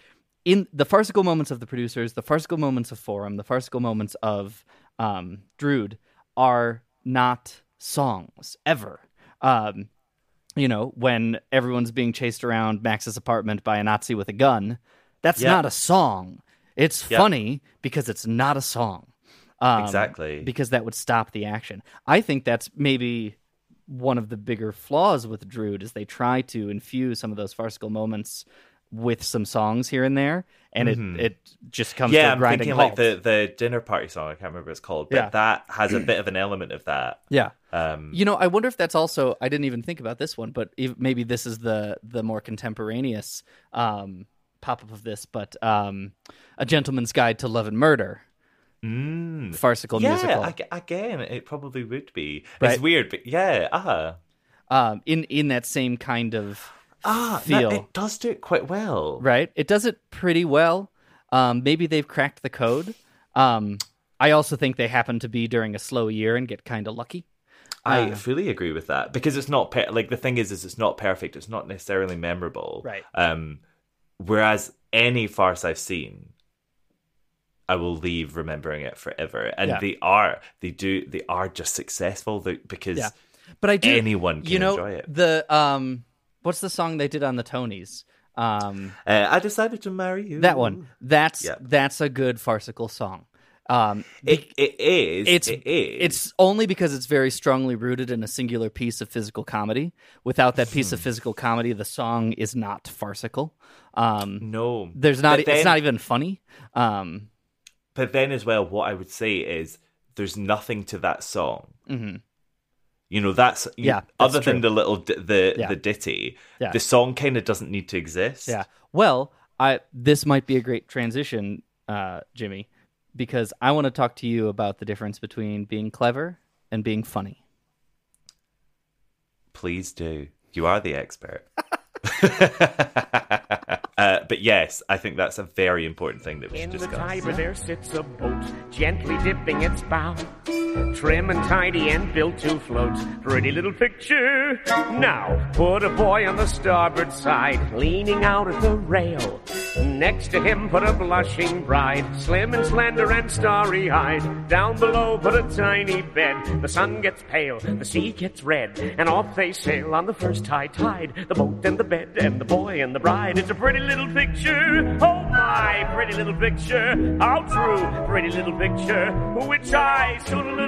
S6: in the farcical moments of the producers the farcical moments of forum the farcical moments of um, drood are not songs ever um, you know, when everyone's being chased around Max's apartment by a Nazi with a gun, that's
S5: Yeah.
S6: not a song. It's
S5: Yeah.
S6: funny because it's not a song. Um,
S5: Exactly.
S6: Because that would stop the action. I think that's maybe one of the bigger flaws with Drood is they try to infuse some of those farcical moments with some songs here and there, and
S5: Mhm.
S6: it it just comes to
S5: yeah,
S6: a
S5: I'm
S6: grinding
S5: thinking
S6: halt.
S5: like the the dinner party song. I can't remember what it's called, but
S6: Yeah.
S5: that has a bit of an element of that.
S6: Yeah.
S5: Um,
S6: You know, I wonder if that's also. I didn't even think about this one, but if, maybe this is the the more contemporaneous um, pop up of this. But um, a gentleman's guide to love and murder,
S5: mm,
S6: farcical
S5: yeah,
S6: musical.
S5: ag- again, it probably would be.
S6: Right.
S5: It's weird, but yeah, uh
S6: um, in in that same kind of
S5: ah, no,
S6: feel,
S5: it does do it quite well.
S6: right? It does it pretty well. Um, maybe they've cracked the code. Um, I also think they happen to be during a slow year and get kind of lucky.
S5: I
S6: Uh,
S5: fully agree with that because it's not per- like the thing is, is it's not perfect. It's not necessarily memorable.
S6: Right.
S5: Um, whereas any farce I've seen, I will leave remembering it forever. And
S6: Yeah.
S5: they are, they do, they are just successful they- because
S6: Yeah. But I do.
S5: anyone can
S6: you know,
S5: enjoy it.
S6: The um, what's the song they did on the Tonys? Um,
S5: Uh, I decided to marry you.
S6: that one. That's
S5: Yep.
S6: that's a good farcical song. Um,
S5: It, it is.
S6: it's
S5: it is.
S6: it's only because it's very strongly rooted in a singular piece of physical comedy. Without that piece
S5: Hmm.
S6: of physical comedy, the song is not farcical. Um,
S5: no.
S6: there's not.
S5: But then,
S6: it's not even funny. Um,
S5: But then as well, what I would say is there's nothing to that song.
S6: mhm.
S5: You know, that's you-
S6: Yeah, that's
S5: Other than
S6: true.
S5: the little di- the
S6: Yeah.
S5: the ditty,
S6: Yeah.
S5: the song kind of doesn't need to exist.
S6: Yeah. Well, I this might be a great transition, uh, Jimmy, because I want to talk to you about the difference between being clever and being funny.
S5: Please do. You are the expert. uh, but yes, I think that's a very important thing that we should
S8: In the
S5: discuss.
S8: Tiber there sits a boat, gently dipping its bows, trim and tidy and built to float. Pretty little picture. Now, put a boy on the starboard side, leaning out at the rail. Next to him, put a blushing bride, slim and slender and starry eyed. Down below, put a tiny bed. The sun gets pale, the sea gets red, and off they sail on the first high tide. The boat and the bed, and the boy and the bride. It's a pretty little picture. Oh my, pretty little picture. How true, pretty little picture, which I soon a little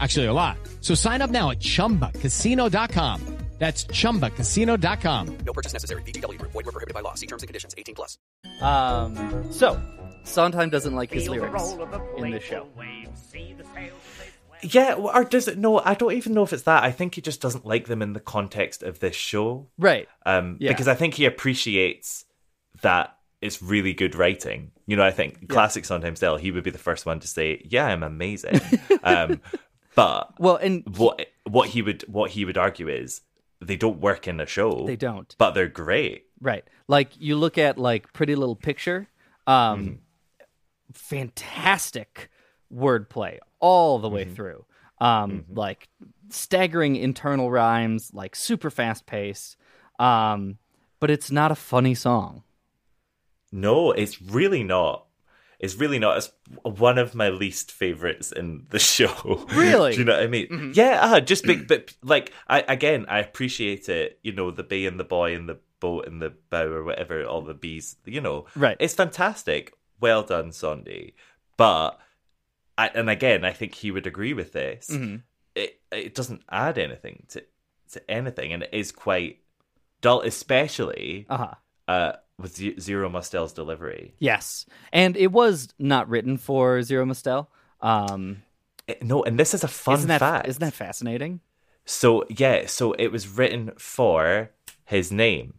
S10: Actually, a lot. So sign up now at chumbacasino.com. That's chumbacasino.com.
S11: No purchase necessary. VGW Group. Void were prohibited by law. See terms and conditions. 18 plus.
S6: Um, so Sondheim doesn't like his lyrics in the show.
S5: Yeah, well, or does it? No, I don't even know if it's that. I think he just doesn't like them in the context of this show.
S6: Right.
S5: Um,
S6: Yeah.
S5: Because I think he appreciates that it's really good writing. You know, I think classic Sondheim Dell, he would be the first one to say, "Yeah, I'm amazing." um, but
S6: well, and
S5: what what he would what he would argue is they don't work in a show.
S6: They don't.
S5: but they're great.
S6: Right. Like you look at like Pretty Little Picture, um
S5: Mm-hmm.
S6: fantastic wordplay all the
S5: Mm-hmm.
S6: way through. Um like staggering internal rhymes, like super fast pace. Um but it's not a funny song.
S5: No, it's really not. It's really not. It's one of my least favorites in the show.
S6: Really? Mm-hmm.
S5: Do you know what I mean? Yeah, uh, just big, but like, I again, I appreciate it. You know, the bee and the boy and the boat and the bow or whatever, all the bees. You know,
S6: Right.
S5: It's fantastic. Well done, Sondi. But I, and again, I think he would agree with this.
S6: Mhm.
S5: It it doesn't add anything to to anything, and it is quite dull, especially
S6: Uh-huh.
S5: uh, with Z- Zero Mostel's delivery.
S6: Yes. And it was not written for Zero Mostel. Um
S5: Eh, no, and this is a fun
S6: isn't that,
S5: fact.
S6: Isn't that fascinating?
S5: So yeah, so it was written for his name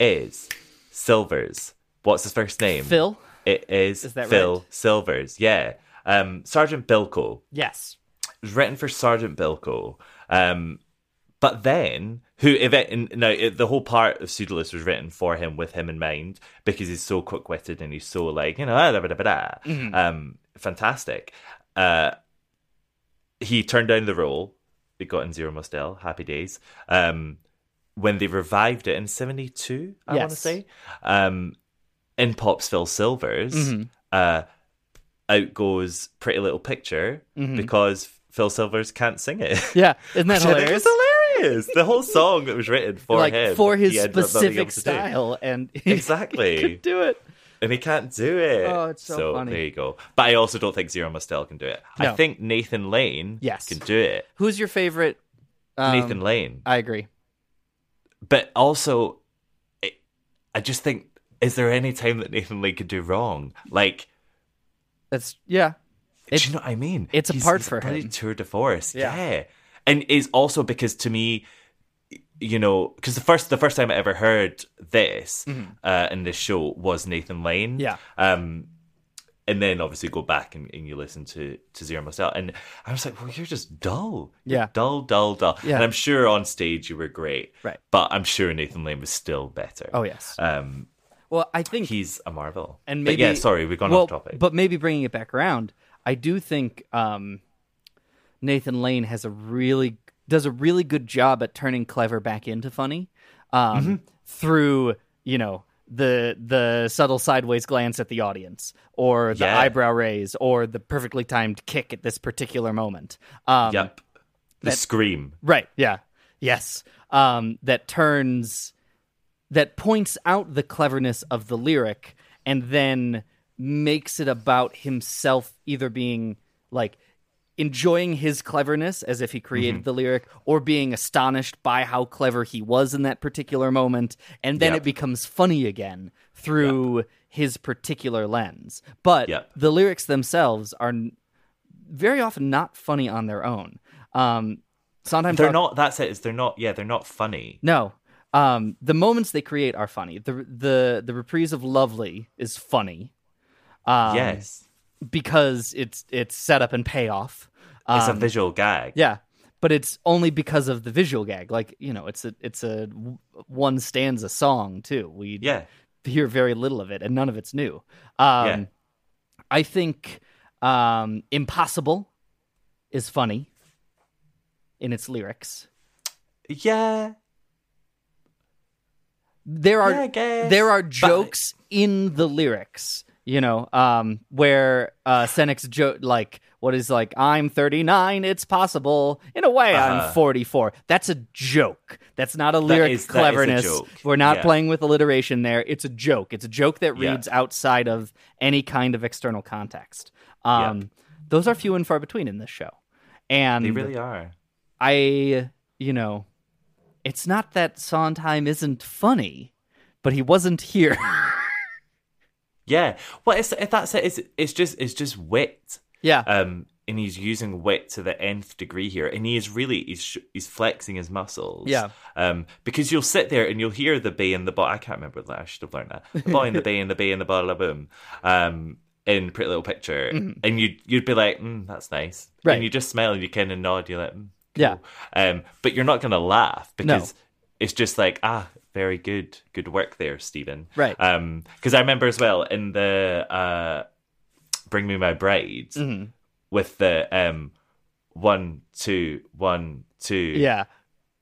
S5: is Silvers. What's his first name?
S6: Phil?
S5: It is,
S6: Is that
S5: Phil Silvers. Yeah. Um, Sergeant Bilko.
S6: Yes.
S5: It was written for Sergeant Bilko. Um, but then who event now it, the whole part of Pseudolus was written for him with him in mind because he's so quick witted and he's so like you know ah, da, da, da, da.
S12: Mhm.
S5: um fantastic. Uh, he turned down the role. It got in Zero Mostel. Happy days. Um, when they revived it in '72, I want to
S6: Yes.
S5: say, um, in pops Phil Silvers.
S6: Mhm.
S5: Uh, out goes Pretty Little Picture
S6: Mhm.
S5: because Phil Silvers can't sing it.
S6: Yeah. Isn't that
S5: Which I think is
S6: hilarious?
S5: hilarious. The whole song that was written for
S6: like
S5: him
S6: for his
S5: he ended up not being
S6: specific
S5: able to do.
S6: style and
S5: Exactly.
S6: do it.
S5: And he can't do it.
S6: Oh, it's so funny.
S5: There you go. But I also don't think Zero Mostel can do it. I
S6: No.
S5: think Nathan Lane
S6: Yes.
S5: can do it.
S6: Who's your favorite? um,
S5: Nathan Lane.
S6: I agree.
S5: But also, it, I just think, is there any time that Nathan Lane could do wrong? Like,
S6: That's yeah.
S5: do you know what I mean?
S6: It's a
S5: He's-
S6: part
S5: he's
S6: for
S5: bloody
S6: him.
S5: Tour de force.
S6: Yeah.
S5: Yeah. And it's also because to me, you know, because the first the first time I ever heard this
S6: Mhm.
S5: uh, in this show was Nathan Lane.
S6: Yeah.
S5: Um, and then obviously go back and, and you listen to to Zero Mostel, and I was like, well, you're just dull. You're
S6: Yeah.
S5: Dull, dull, dull.
S6: Yeah.
S5: And I'm sure on stage you were great.
S6: Right.
S5: But I'm sure Nathan Lane was still better.
S6: Oh, yes.
S5: Um,
S6: Well, I think
S5: he's a marvel.
S6: and
S5: But
S6: maybe
S5: yeah, sorry, we've gone
S6: well,
S5: off topic.
S6: But maybe bringing it back around, I do think um, Nathan Lane has a really does a really good job at turning clever back into funny um,
S13: Mhm.
S6: through you know the the subtle sideways glance at the audience or the
S5: Yeah.
S6: eyebrow raise or the perfectly timed kick at this particular moment. Um,
S5: yep. The
S6: that-
S5: scream.
S6: Right. Yeah. Yes. Um, that turns, that points out the cleverness of the lyric and then makes it about himself either being like enjoying his cleverness as if he created
S12: Mhm.
S6: the lyric or being astonished by how clever he was in that particular moment and then
S12: Yep.
S6: it becomes funny again through his particular lens but
S5: Yep.
S6: the lyrics themselves are n- very often not funny on their own um sometimes
S5: they're
S6: I'll-
S5: not. That's it. Is they're not. Yeah, they're not funny.
S6: no. Um, the moments they create are funny. The the the reprise of Lovely is funny. Um,
S5: Yes.
S6: Because it's it's setup and payoff.
S5: It's a
S6: Um,
S5: visual gag.
S6: Yeah. But it's only because of the visual gag. Like, you know, it's a it's a w- one stanza song too. We
S5: Yeah.
S6: hear very little of it and none of it's new. Um
S5: Yeah.
S6: I think um Impossible is funny in its lyrics.
S5: Yeah.
S6: there are
S5: Yeah, I guess.
S6: there are
S5: But-
S6: jokes in the lyrics you know um where uh Senec's joke like what is like i'm 39 it's possible in a way
S12: Uh-huh.
S6: i'm 44 that's a joke that's not a
S12: That
S6: lyric
S12: is- that is a
S6: cleverness
S12: joke.
S6: we're not
S12: Yeah.
S6: playing with alliteration there it's a joke it's a joke that
S12: Yeah.
S6: reads outside of any kind of external context um
S5: Yep.
S6: those are few and far between in this show and
S5: They really are.
S6: I, you know, it's not that Sondheim isn't funny, but he wasn't here.
S5: Yeah. Well, it's if that's it. It's it's just it's just wit.
S6: Yeah.
S5: Um, and he's using wit to the nth degree here, and he is really he's sh- he's flexing his muscles.
S6: Yeah.
S5: Um, because you'll sit there and you'll hear the bay and the bottle. I can't remember that. I should have learned that. The boy and the bay and the bay and the bottle of boom. Um. In Pretty Little Picture,
S6: Mhm.
S5: and you'd you'd be like, mm, "That's nice,"
S6: Right.
S5: and you just smile and you kind of nod. You're like, mm.
S6: yeah.
S5: um, but you're not gonna laugh
S6: No.
S5: because it's just like, "Ah, very good, good work there, Stephen."
S6: Right.
S5: Um, because I remember as well in the uh, "Bring Me My Bride"
S6: Mhm.
S5: with the um, one, two, one, two.
S6: Yeah.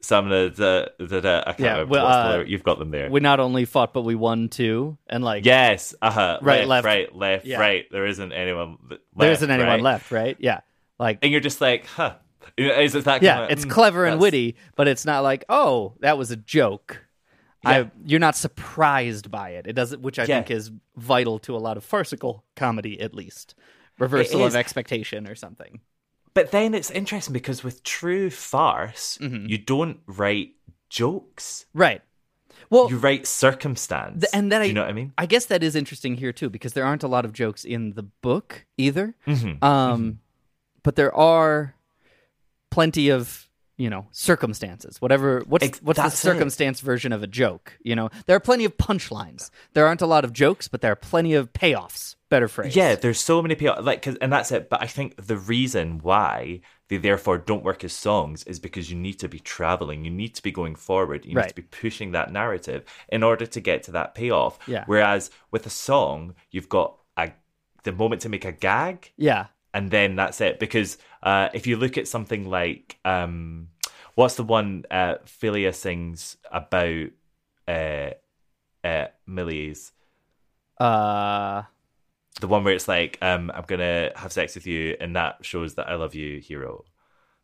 S5: Some of the the, the, the I can't
S6: Yeah,
S5: remember
S6: well,
S5: what's the
S6: uh,
S5: lyric. You've got them there.
S6: We not only fought, but we won too. And like,
S5: yes. Uh huh.
S6: Right,
S5: Left.
S6: left.
S5: Right. Left.
S6: Yeah.
S5: Right. There isn't anyone. Left,
S6: there isn't anyone
S5: right.
S6: left, right? Yeah. Like,
S5: And you're just like, huh. Is it that?
S6: yeah,
S5: kind of,
S6: it's
S5: mm,
S6: clever and
S5: that's-
S6: witty, but it's not like, oh, that was a joke.
S5: Yeah.
S6: I, you're not surprised by it. It doesn't, which I
S5: Yeah.
S6: think is vital to a lot of farcical comedy, at least. Reversal
S5: is.
S6: of expectation or something.
S5: But then it's interesting because with true farce,
S6: Mm-hmm.
S5: you don't write jokes.
S6: Right. Well,
S5: you write circumstance.
S6: Th- and then
S5: Do
S6: I,
S5: you know what I mean?
S6: I guess that is interesting here too, because there aren't a lot of jokes in the book either.
S5: Mhm.
S6: Um, but there are plenty of you know circumstances. Whatever, what's
S5: Ex-
S6: what's the
S5: that's it.
S6: circumstance version of a joke? You know, there are plenty of punchlines. There aren't a lot of jokes, but there are plenty of payoffs. Better phrase.
S5: Yeah, there's so many people like, 'cause- and that's it. But I think the reason why they therefore don't work as songs is because you need to be traveling, you need to be going forward, you need
S6: Right.
S5: to be pushing that narrative in order to get to that payoff.
S6: Yeah.
S5: Whereas with a song, you've got a the moment to make a gag,
S6: Yeah.
S5: and then that's it. Because uh, if you look at something like um, what's the one uh, Philia sings about uh, uh, Millie's,
S6: Uh,
S5: the one where it's like um, I'm gonna have sex with you, and that shows that I love you, hero.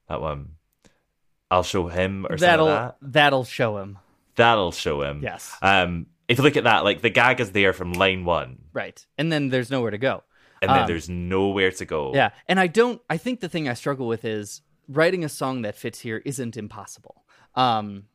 S5: That one, I'll show him or something
S6: that'll
S5: like that.
S6: that'll show him.
S5: That'll show him.
S6: Yes.
S5: Um, if you look at that, like the gag is there from line one,
S6: Right, and then there's nowhere to go.
S5: and then
S6: Um,
S5: there's nowhere to go.
S6: Yeah, and I don't. I think the thing I struggle with is writing a song that fits here isn't impossible. Um,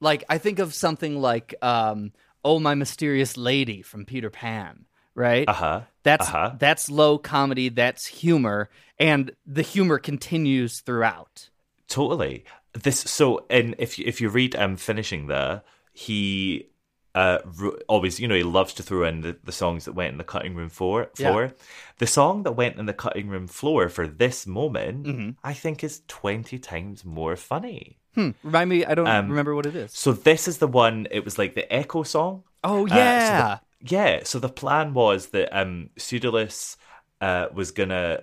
S6: like I think of something like um, "Oh My Mysterious Lady" from Peter Pan, right?
S5: Uh huh.
S6: That's
S5: uh-huh.
S6: that's low comedy. That's humor, and the humor continues throughout.
S5: Totally. This so and if you- if you read um finishing there, he uh wro- always you know he loves to throw in the, the songs that went in the cutting room floor.
S12: Yeah.
S5: floor. The song that went in the cutting room floor for this moment,
S6: Mhm.
S5: I think, is twenty times more funny.
S6: Hmm. Remind me, I don't
S5: Um,
S6: remember what it is.
S5: So this is the one. It was like the echo song.
S6: Oh,
S5: Uh, so
S6: yeah.
S5: the- yeah. So the plan was that um Pseudolus uh was gonna,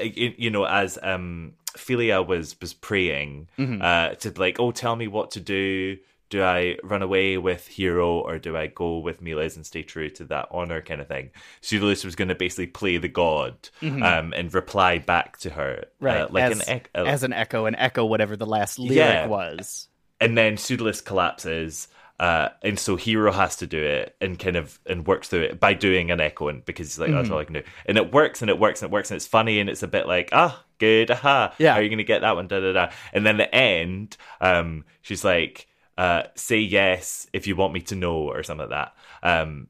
S5: uh, you, you know, as um Philia was was praying
S6: Mm-hmm.
S12: Mhm.
S5: uh to be like, oh, tell me what to do. Do I run away with Hero or do I go with Miles and stay true to that honor kind of thing? Pseudolus was going to basically play the god
S6: Mhm.
S5: um, and reply back to her, uh,
S6: Right,
S5: like
S6: as,
S5: an ec- uh,
S6: as an echo, and echo whatever the last lyric
S5: Yeah.
S6: was.
S5: and then Pseudolus collapses, Uh, and so Hero has to do it and kind of and works through it by doing an echo and because he's like, that's
S6: Mhm.
S5: all I can do. And it works and it works and it works and it's funny and it's a bit like, ah, good, aha.
S6: Yeah.
S5: How are you gonna get that one? Da da da. And then the end, um, she's like, uh, say yes if you want me to know or something like that. Um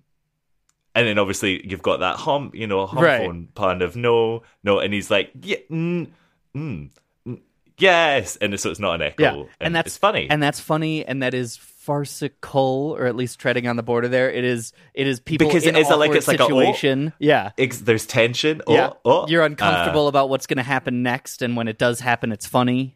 S5: and then obviously you've got that hum, you know, hum
S6: Right.
S5: phone pun of no, no, and he's like, yeah, mm, mm, mm, yes, and so it's not an echo,
S6: Yeah,
S5: and,
S6: and, that's
S5: it's funny,
S6: and that's funny, and that is farcical, or at least treading on the border. There, it is. It is people
S5: because
S6: in
S5: it is a, like
S6: awkward
S5: it's like
S6: situation.
S5: A, oh,
S6: yeah,
S5: ex- there's tension. Oh,
S6: yeah,
S5: oh,
S6: you're
S5: uh,
S6: uncomfortable about what's going to happen next, and when it does happen, it's funny.
S5: uh,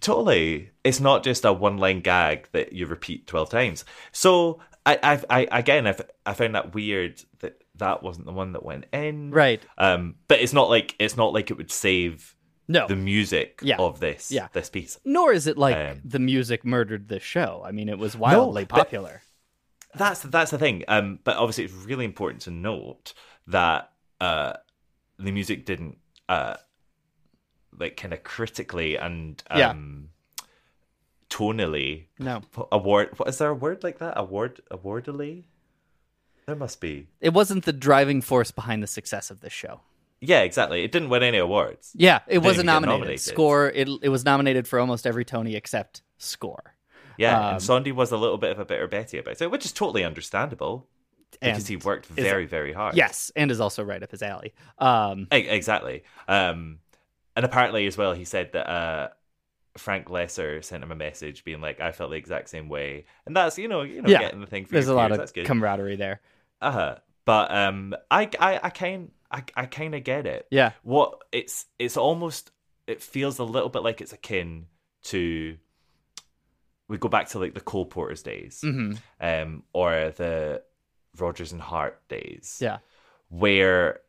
S5: totally it's not just a one line gag that you repeat 12 times so i I've, i again I've, i found that weird that that wasn't the one that went in
S6: Right.
S5: um but it's not like it's not like it would save
S6: No.
S5: the music
S6: Yeah.
S5: of this
S6: Yeah.
S5: this piece
S6: Nor is it like
S5: Um,
S6: the music murdered the show. I mean, it was wildly
S5: but-
S6: popular.
S5: that's that's the thing um but obviously it's really important to note that uh the music didn't uh like kind of critically and
S6: Yeah.
S5: um tonally
S6: No.
S5: award what is there a word like that award awardily there must be
S6: It wasn't the driving force behind the success of this show.
S5: yeah exactly it didn't win any awards
S6: Yeah, it
S5: Didn't
S6: wasn't
S5: even get
S6: nominated. Score. It it was nominated for almost every Tony except score.
S5: yeah
S6: Um,
S5: and Sondi was a little bit of a bitter Betty about it which is totally understandable because
S6: And
S5: he worked
S6: is-
S5: very very hard
S6: Yes, and is also right up his alley. Um,
S5: E- exactly. Um, and apparently, as well, he said that uh, Frank Lesser sent him a message being like, "I felt the exact same way," and that's you know, you know,
S6: yeah,
S5: getting the thing. For
S6: there's
S5: your
S6: a lot of
S5: peers, that's good.
S6: camaraderie there.
S5: Uh huh. But um, I I I kind I I kind of get it.
S6: Yeah.
S5: What it's it's almost it feels a little bit like it's akin to we go back to like the Cole Porter's days,
S6: Mhm.
S5: um, or the Rogers and Hart days
S6: Yeah,
S5: where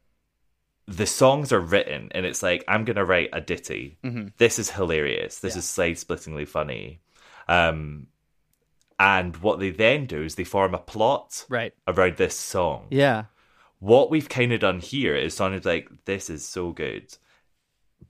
S5: the songs are written and it's like I'm gonna write a ditty.
S6: Mhm.
S5: This is hilarious. This is side-splittingly funny. Um, and what they then do is they form a plot
S6: right.
S5: around this song.
S6: Yeah,
S5: What we've kind of done here is Sonny's like, "This is so good,"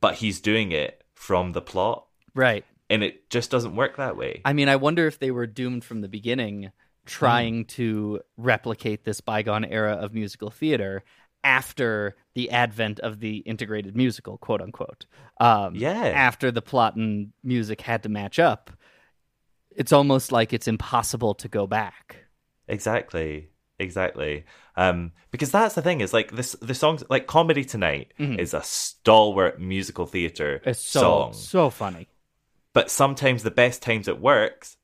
S5: but he's doing it from the plot,
S6: right.
S5: and it just doesn't work that way.
S6: I mean, I wonder if they were doomed from the beginning,
S5: Mm.
S6: trying to replicate this bygone era of musical theater after the advent of the integrated musical, quote unquote. Um,
S5: Yeah.
S6: After the plot and music had to match up, it's almost like it's impossible to go back.
S5: Exactly. Exactly. Um, because that's the thing is like this the songs like Comedy Tonight
S6: Mhm.
S5: is a stalwart musical theater
S6: It's so
S5: song.
S6: so funny.
S5: But sometimes the best times it works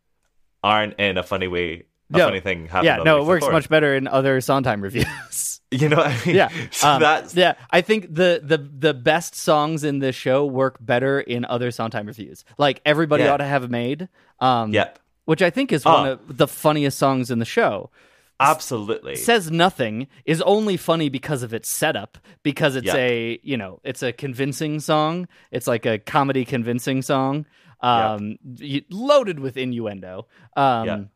S5: aren't in a funny way a funny thing happened.
S6: Yeah,
S5: on the
S6: no,
S5: week
S6: it works
S5: before.
S6: much better in other Sondheim reviews.
S5: You know what I mean?
S6: Yeah,
S5: So
S6: um,
S5: that's
S6: yeah. I think the the the best songs in this show work better in other Sondheim reviews. Like everybody
S5: Yeah.
S6: ought to have made. Um,
S5: Yep.
S6: Which I think is
S5: Ah.
S6: one of the funniest songs in the show.
S5: absolutely
S6: Says nothing is only funny because of its setup. Because it's
S5: Yep.
S6: a you know it's a convincing song. It's like a comedy convincing song. Um, y- loaded with innuendo. Um,
S5: Yep.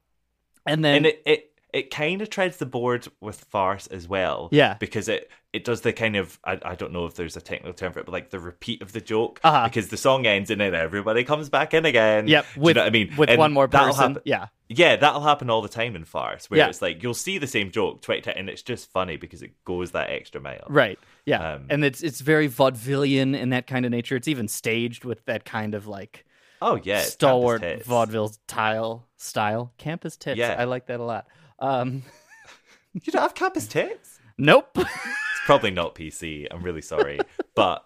S6: and then
S5: and it it, it kind of treads the board with farce as well.
S6: Yeah.
S5: because it it does the kind of I, I don't know if there's a technical term for it, but like the repeat of the joke
S6: Uh-huh.
S5: because the song ends and then everybody comes back in again.
S6: Yep,
S5: Do
S6: with-
S5: you know what I mean?
S6: with
S5: And
S6: one more
S5: that'll
S6: person,
S5: happen-
S6: yeah.
S5: yeah, that'll happen all the time in farce where
S6: Yeah.
S5: it's like you'll see the same joke twenty times and it's just funny because it goes that extra mile.
S6: Right. Yeah.
S5: Um,
S6: and it's it's very vaudevillian in that kind of nature. It's even staged with that kind of like
S5: Oh yeah, it's
S6: stalwart
S5: campus tits.
S6: vaudeville tile style. Campus tits.
S5: Yeah.
S6: I like that a lot. Um
S5: You don't have campus tits.
S6: Nope.
S5: It's probably not PC. I'm really sorry, but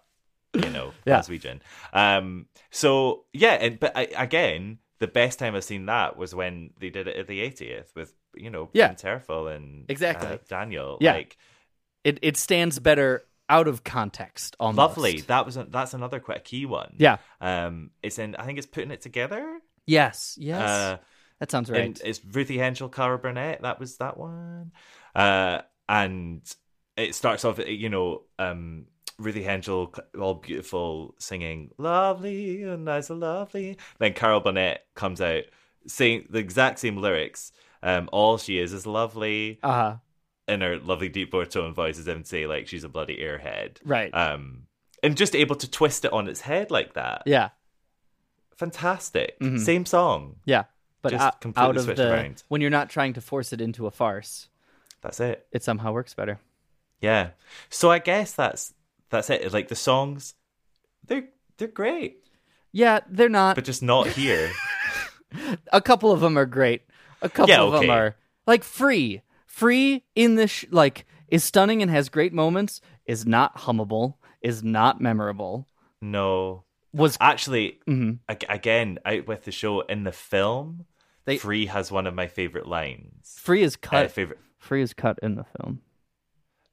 S5: you know,
S6: Yeah.
S5: Glaswegian. Um, so yeah, and but I, again, the best time I've seen that was when they did it at the 80th with you know,
S6: Yeah.
S5: Ben Terfel and
S6: Exactly.
S5: uh, Daniel.
S6: Yeah.
S5: Like,
S6: it it stands better out of context almost.
S5: lovely. That was a, that's another quite a key one.
S6: Yeah.
S5: Um, it's in. I think it's putting it together.
S6: Yes. Yes.
S5: Uh,
S6: that sounds right.
S5: and it's Ruthie Henschel, Cara Burnett. That was that one. Uh, and it starts off, you know, um, Ruthie Henschel, all beautiful, singing "Lovely and nice and lovely." Then Carol Burnett comes out, saying the exact same lyrics. Um, all she is is lovely
S6: uh-huh.
S5: in her lovely deep baritone voice, as and say like she's a bloody airhead,
S6: Right.
S5: Um, and just able to twist it on its head like that,
S6: Yeah.
S5: fantastic.
S6: Mhm.
S5: Same song,
S6: Yeah. but
S5: Just
S6: out,
S5: completely
S6: out of
S5: switch
S6: the
S5: around.
S6: when you're not trying to force it into a farce.
S5: That's it.
S6: It somehow works better.
S5: Yeah. So I guess that's that's it. Like the songs, they're they're great,
S6: Yeah, they're not.
S5: but just not here.
S6: a couple of them are great. A couple
S5: Yeah,
S6: of
S5: okay.
S6: them are like free. Free in this sh- like is stunning and has great moments. Is not hummable. Is not memorable.
S5: no.
S6: Was
S5: actually
S6: Mhm.
S5: ag- again out with the show in the film.
S6: They-
S5: Free has one of my favorite lines.
S6: Free is cut.
S5: Uh, favorite.
S6: Free is cut in the film.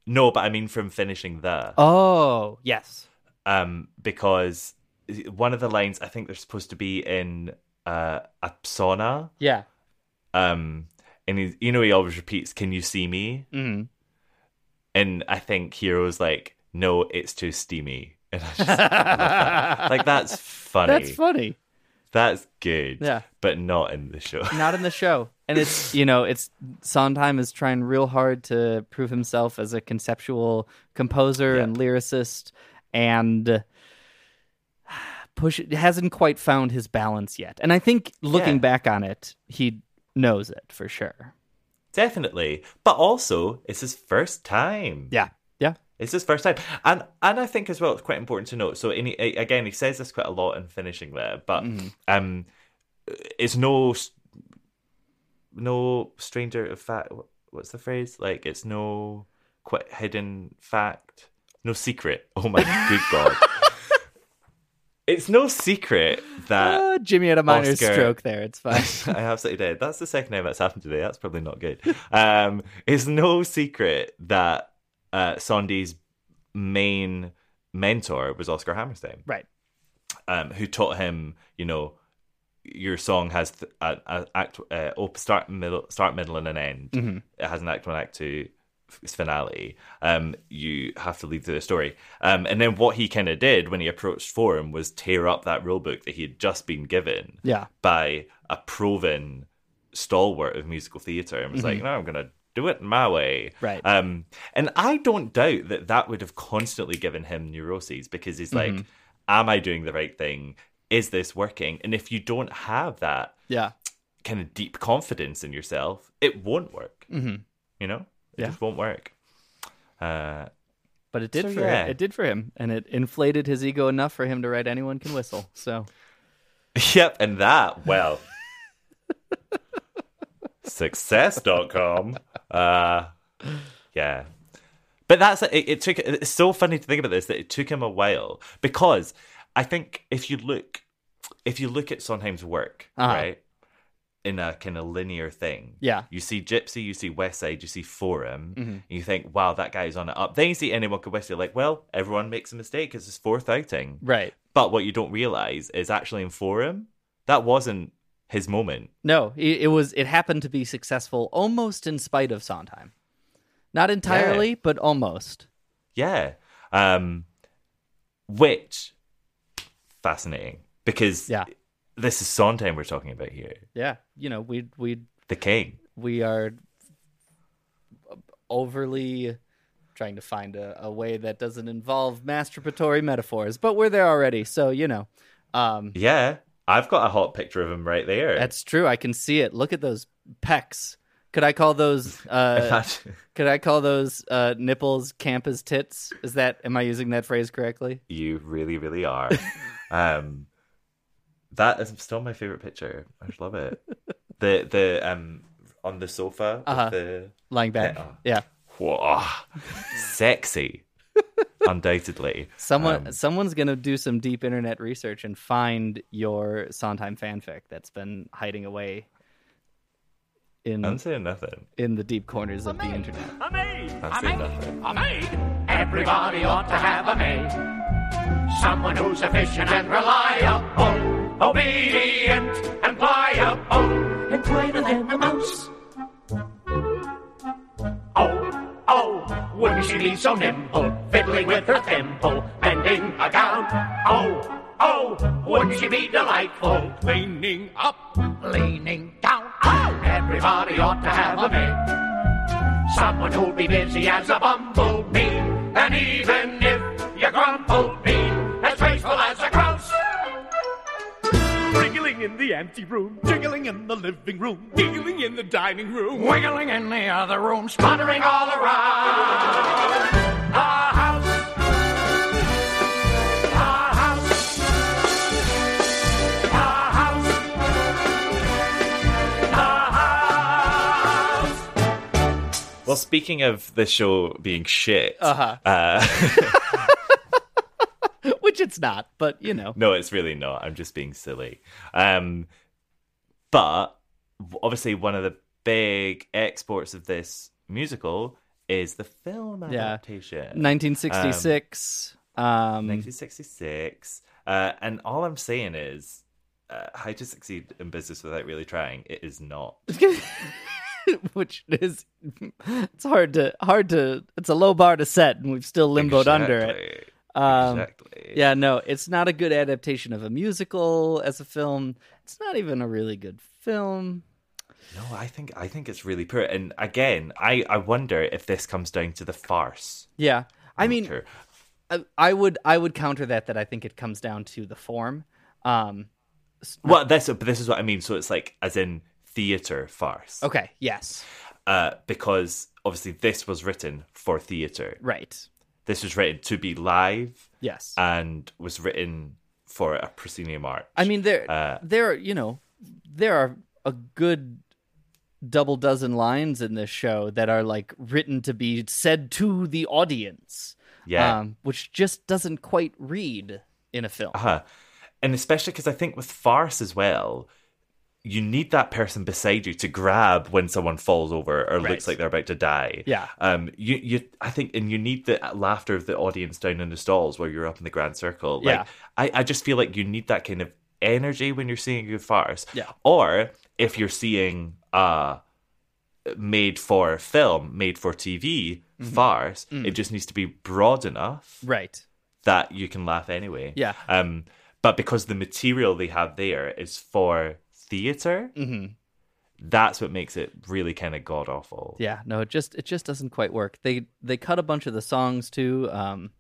S5: No, but I mean from finishing there.
S6: Oh yes.
S5: um, because one of the lines I think they're supposed to be in uh, a sauna.
S6: Yeah.
S5: Um, and he, you know he always repeats, "Can you see me?"
S6: Mm.
S5: And I think Hero's like, "No, it's too steamy." And I just love that. like that's funny.
S6: That's funny.
S5: That's good.
S6: Yeah.
S5: but not in the show.
S6: Not in the show. And it's you know it's Sondheim is trying real hard to prove himself as a conceptual composer and lyricist, and push hasn't quite found his balance yet. And I think looking
S5: Yeah.
S6: back on it, he knows it for sure.
S5: Definitely, but also it's his first time.
S6: Yeah, yeah.
S5: It's his first time, and and I think as well it's quite important to note. So in, again, he says this quite a lot in finishing there, but um, it's no s- no stranger of fact. What's the phrase? Like it's no quite hidden fact, no secret. Oh my good god! It's no secret that
S6: Uh, Jimmy had a minor
S5: Oscar-
S6: stroke there. It's fine.
S5: I absolutely did. That's the second time that's happened today. That's probably not good. Um, it's no secret that uh, Sondi's main mentor was Oscar Hammerstein,
S6: right.
S5: um, who taught him, you know, your song has th- a, a act, uh, op- start, middle, start, middle, and an end.
S6: Mhm.
S5: It has an act one, act two, f- its finale. Um, you have to lead through the story. Um, and then what he kind of did when he approached Forum was tear up that rule book that he had just been given
S6: Yeah.
S5: by a proven stalwart of musical theatre and was like,
S6: Mhm.
S5: no, I'm going to do it my way.
S6: Right.
S5: Um, and I don't doubt that that would have constantly given him neuroses because he's like,
S6: Mhm.
S5: am I doing the right thing? Is this working? And if you don't have that
S6: Yeah.
S5: kind of deep confidence in yourself, it won't work.
S6: Mhm.
S5: You know, it
S6: Yeah.
S5: just won't work. Uh,
S6: But it did
S5: So,
S6: for
S5: yeah.
S6: him. it did for him, and it inflated his ego enough for him to write "Anyone Can Whistle." So
S5: Yep, and that, well, success.com. Uh, yeah. But that's it, it took it's so funny to think about this that it took him a while because I think if you look if you look at Sondheim's work,
S6: Uh-huh.
S5: right? In a kind of linear thing.
S6: Yeah.
S5: You see Gypsy, you see West Side, you see Forum,
S6: Mhm.
S5: and you think, wow, that guy's on it up. Then you see anyone could West Side, like, well, everyone makes a mistake. It's his fourth outing.
S6: right.
S5: But what you don't realize is actually in Forum, that wasn't his moment.
S6: No, it, it was. It happened to be successful almost in spite of Sondheim, not entirely, but almost.
S5: Yeah. Um, which, fascinating, because
S6: Yeah.
S5: this is Sondheim we're talking about here,
S6: Yeah, you know, we we
S5: the king.
S6: we are overly trying to find a, a way that doesn't involve masturbatory metaphors, but we're there already. So you know, um,
S5: Yeah. I've got a hot picture of him right there.
S6: that's true. I can see it. Look at those pecs. Could I call those? Uh,
S5: Imagine-
S6: could I call those uh, nipples campus tits? Is that? Am I using that phrase correctly?
S5: you really, really are. um, that is still my favorite picture. I just love it. the the um on the sofa with
S6: Uh-huh.
S5: the
S6: Lying back.
S5: Yeah.
S6: yeah.
S5: Whoa. ah, Sexy. Undoubtedly.
S6: Someone,
S5: Um,
S6: someone's gonna do some deep internet research and find your Sondheim fanfic that's been hiding away in
S5: I'm saying nothing.
S6: in the deep corners of the internet.
S8: A maid!
S5: I'm saying nothing.
S8: A maid! Everybody ought to have a maid. Someone who's efficient and reliable, obedient and pliable, and quieter than a mouse. Oh, oh, wouldn't she be so nimble, fiddling with her thimble, mending a gown? Oh, oh, wouldn't she be delightful, leaning up, leaning down? Oh, everybody ought to have a maid. Someone who'll be busy as a bumblebee. And even if you grumble, be as graceful as a grouse. Wriggling in the
S12: the empty room, jiggling in the living room, giggling in the dining room,
S13: wiggling in the other room, sputtering all around. Our house. Our house. Our house. Our house.
S5: Well, speaking of the show being shit,
S6: Uh-huh.
S5: uh,
S6: Which it's not, but you know.
S5: no, it's really not. I'm just being silly. Um, but obviously, one of the big exports of this musical is the film
S6: Yeah.
S5: adaptation,
S6: 1966. Um,
S5: 1966. Uh, and all I'm saying is, uh, how to succeed in business without really trying? It is not.
S6: which is it's hard to hard to it's a low bar to set and we've still limboed under it
S5: Exactly.
S6: um
S5: Exactly.
S6: yeah no it's not a good adaptation of a musical as a film it's not even a really good film
S5: No, I think I think it's really poor. And again, I I wonder if this comes down to the farce.
S6: yeah i mean
S5: nature.
S6: I, I would i would counter that that i think it comes down to the form um s-
S5: Well, this but this is what I mean. So it's like as in theater farce.
S6: okay yes
S5: Uh, because obviously this was written for theater.
S6: right
S5: This was written to be live.
S6: Yes.
S5: Uh, And was written for a proscenium art.
S6: I mean, there,
S5: Uh,
S6: there, you know, there are a good double dozen lines in this show that are like written to be said to the audience.
S5: Yeah.
S6: um, which just doesn't quite read in a film.
S5: Uh-huh. And especially because I think with farce as well, you need that person beside you to grab when someone falls over or
S6: Right.
S5: looks like they're about to die.
S6: Yeah.
S5: Um. You. You. I think, and you need the laughter of the audience down in the stalls where you're up in the grand circle. Like,
S6: Yeah.
S5: I. I just feel like you need that kind of energy when you're seeing a good farce.
S6: Yeah.
S5: Or if you're seeing uh made for film, made for TV farce,
S6: Mm.
S5: it just needs to be broad enough
S6: Right.
S5: that you can laugh anyway.
S6: Yeah.
S5: Um, but because the material they have there is for theater,
S6: Mhm.
S5: that's what makes it really kind of god awful.
S6: Yeah. No, it just it just doesn't quite work. They they cut a bunch of the songs too. Um,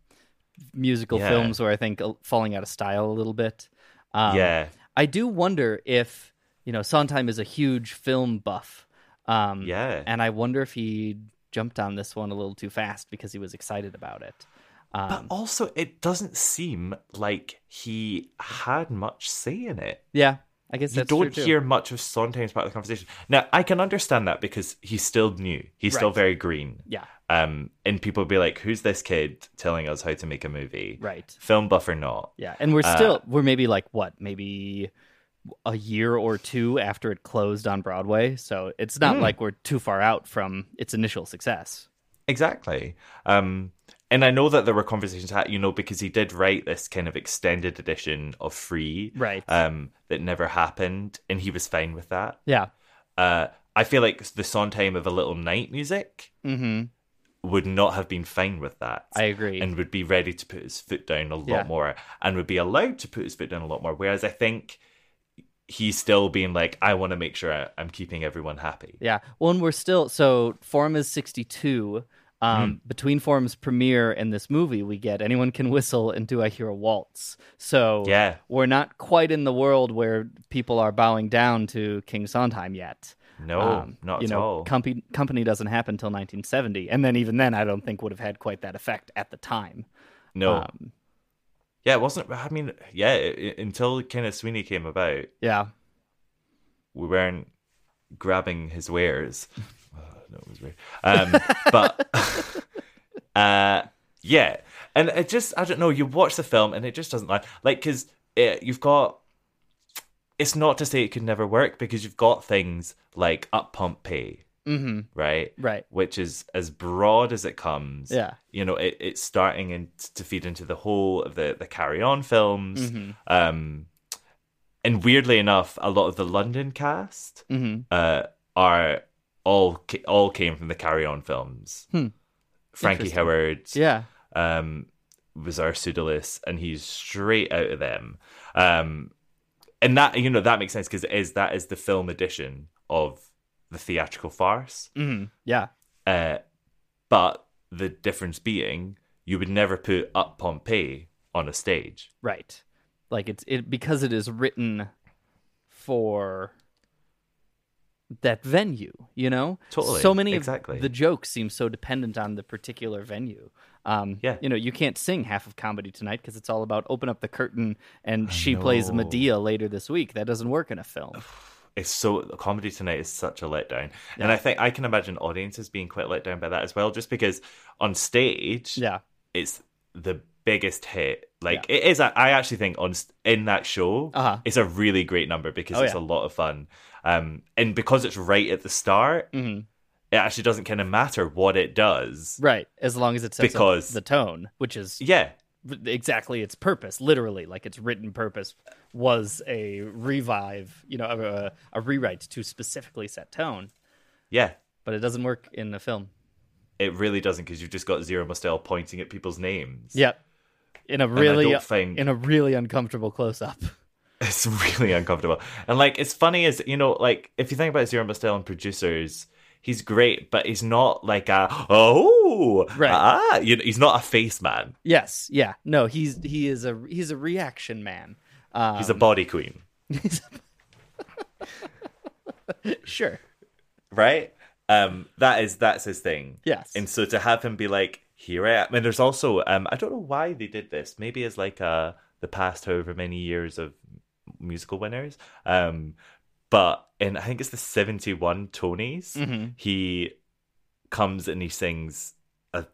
S6: musical
S5: Yeah.
S6: films where I think uh, falling out of style a little bit. Um,
S5: Yeah.
S6: I do wonder if you know Sondheim is a huge film buff. Um,
S5: Yeah.
S6: and I wonder if he jumped on this one a little too fast because he was excited about it.
S5: But
S6: Um,
S5: also, it doesn't seem like he had much say in it.
S6: yeah, I guess
S5: you
S6: that's true,
S5: don't
S6: too.
S5: hear much of Sondheim's part of the conversation. Now, I can understand that because he's still new. He's still
S6: Right.
S5: very green.
S6: Yeah.
S5: Um, and people be like, "Who's this kid telling us how to make a movie?"
S6: Right.
S5: Film buff or not?
S6: Yeah, and we're
S5: Uh,
S6: still we're maybe like what maybe a year or two after it closed on Broadway, so it's not
S5: Hmm.
S6: like we're too far out from its initial success.
S5: Exactly. Um, and I know that there were conversations had, you know, because he did write this kind of extended edition of Free,
S6: Right.
S5: Um, that never happened, and he was fine with that.
S6: Yeah.
S5: Uh, I feel like the Sondheim of a little night music
S6: Mm-hmm.
S5: would not have been fine with that.
S6: I agree.
S5: and would be ready to put his foot down a lot
S6: Yeah.
S5: more, and would be allowed to put his foot down a lot more. Whereas I think he's still being like, I want to make sure I- I'm keeping everyone happy.
S6: Yeah. Well, and we're still so Forum is sixty two.
S5: Hmm.
S6: Um, Between Forum's premiere and this movie, we get anyone can whistle and do I hear a waltz. So
S5: Yeah.
S6: we're not quite in the world where people are bowing down to King Sondheim yet. Um,
S5: No, not
S6: you
S5: at
S6: know,
S5: all.
S6: Company company doesn't happen until 1970, and then even then, I don't think would have had quite that effect at the time.
S5: No.
S6: Um,
S5: Yeah, it wasn't. I mean, yeah, i i- until kind of Sweeney came about,
S6: yeah.
S5: we weren't grabbing his wares. Oh, no, it was weird. Um, but uh, yeah, and it just I don't know. You watch the film and it just doesn't lie. Like because you've got. It's not to say it could never work because you've got things like up pump pay,
S6: Mm-hmm.
S5: right?
S6: Right.
S5: Which is as broad as it comes.
S6: Yeah.
S5: You know, it, it's starting in, to feed into the whole of the, the Carry On films.
S6: Mhm.
S5: Um, and weirdly enough, a lot of the London cast
S6: Mhm.
S5: uh, are all ca- all came from the Carry On films.
S6: Hmm.
S5: Frankie
S6: Interesting.
S5: Howard,
S6: Yeah.
S5: um, was our pseudolist, and he's straight out of them. Um, and that you know that makes sense because it is that is the film edition of the theatrical farce.
S6: hmm Yeah.
S5: Uh, but the difference being, you would never put up Pompeii on a stage.
S6: Right. Like it's it because it is written for that venue, you know?
S5: Totally,
S6: So many
S5: exactly.
S6: of the jokes seem so dependent on the particular venue. Um,
S5: Yeah.
S6: You know, you can't sing half of comedy tonight because it's all about open up the curtain and she plays
S5: know.
S6: Medea later this week. That doesn't work in a film.
S5: it's so comedy tonight is such a letdown, and I think I can imagine audiences being quite let down by that as well, just because on stage,
S6: yeah,
S5: it's the biggest hit. Like it is, a, I actually think on st- in that show,
S6: Uh-huh.
S5: it's a really great number because
S6: Oh,
S5: it's
S6: yeah.
S5: a lot of fun, um, and because it's right at the start,
S6: Mhm.
S5: it actually doesn't kind of matter what it does,
S6: Right. As long as it sets up
S5: Because-
S6: the tone, which is
S5: yeah,
S6: exactly its purpose, literally, like its written purpose was a revive, you know, a, a rewrite to specifically set tone,
S5: yeah.
S6: but it doesn't work in the film.
S5: It really doesn't because you've just got Zero Mostel pointing at people's names.
S6: Yep. In a
S5: And I
S6: really
S5: don't think-
S6: in a really uncomfortable close up.
S5: It's really uncomfortable. And like it's funny is you know, like if you think about Zero Mostel and producers, he's great, but he's not like a oh
S6: Right.
S5: ah you know, he's not a face man.
S6: Yes, yeah. No, he's he is a he's a reaction man. Um,
S5: He's a body queen.
S6: Sure.
S5: Right? Um that is that's his thing.
S6: Yes.
S5: And so to have him be like, here I am and there's also um I don't know why they did this. Maybe as like uh the past however many years of musical winners. Um but and I think it's the seventy one Tonys.
S6: Mhm.
S5: He comes and he sings a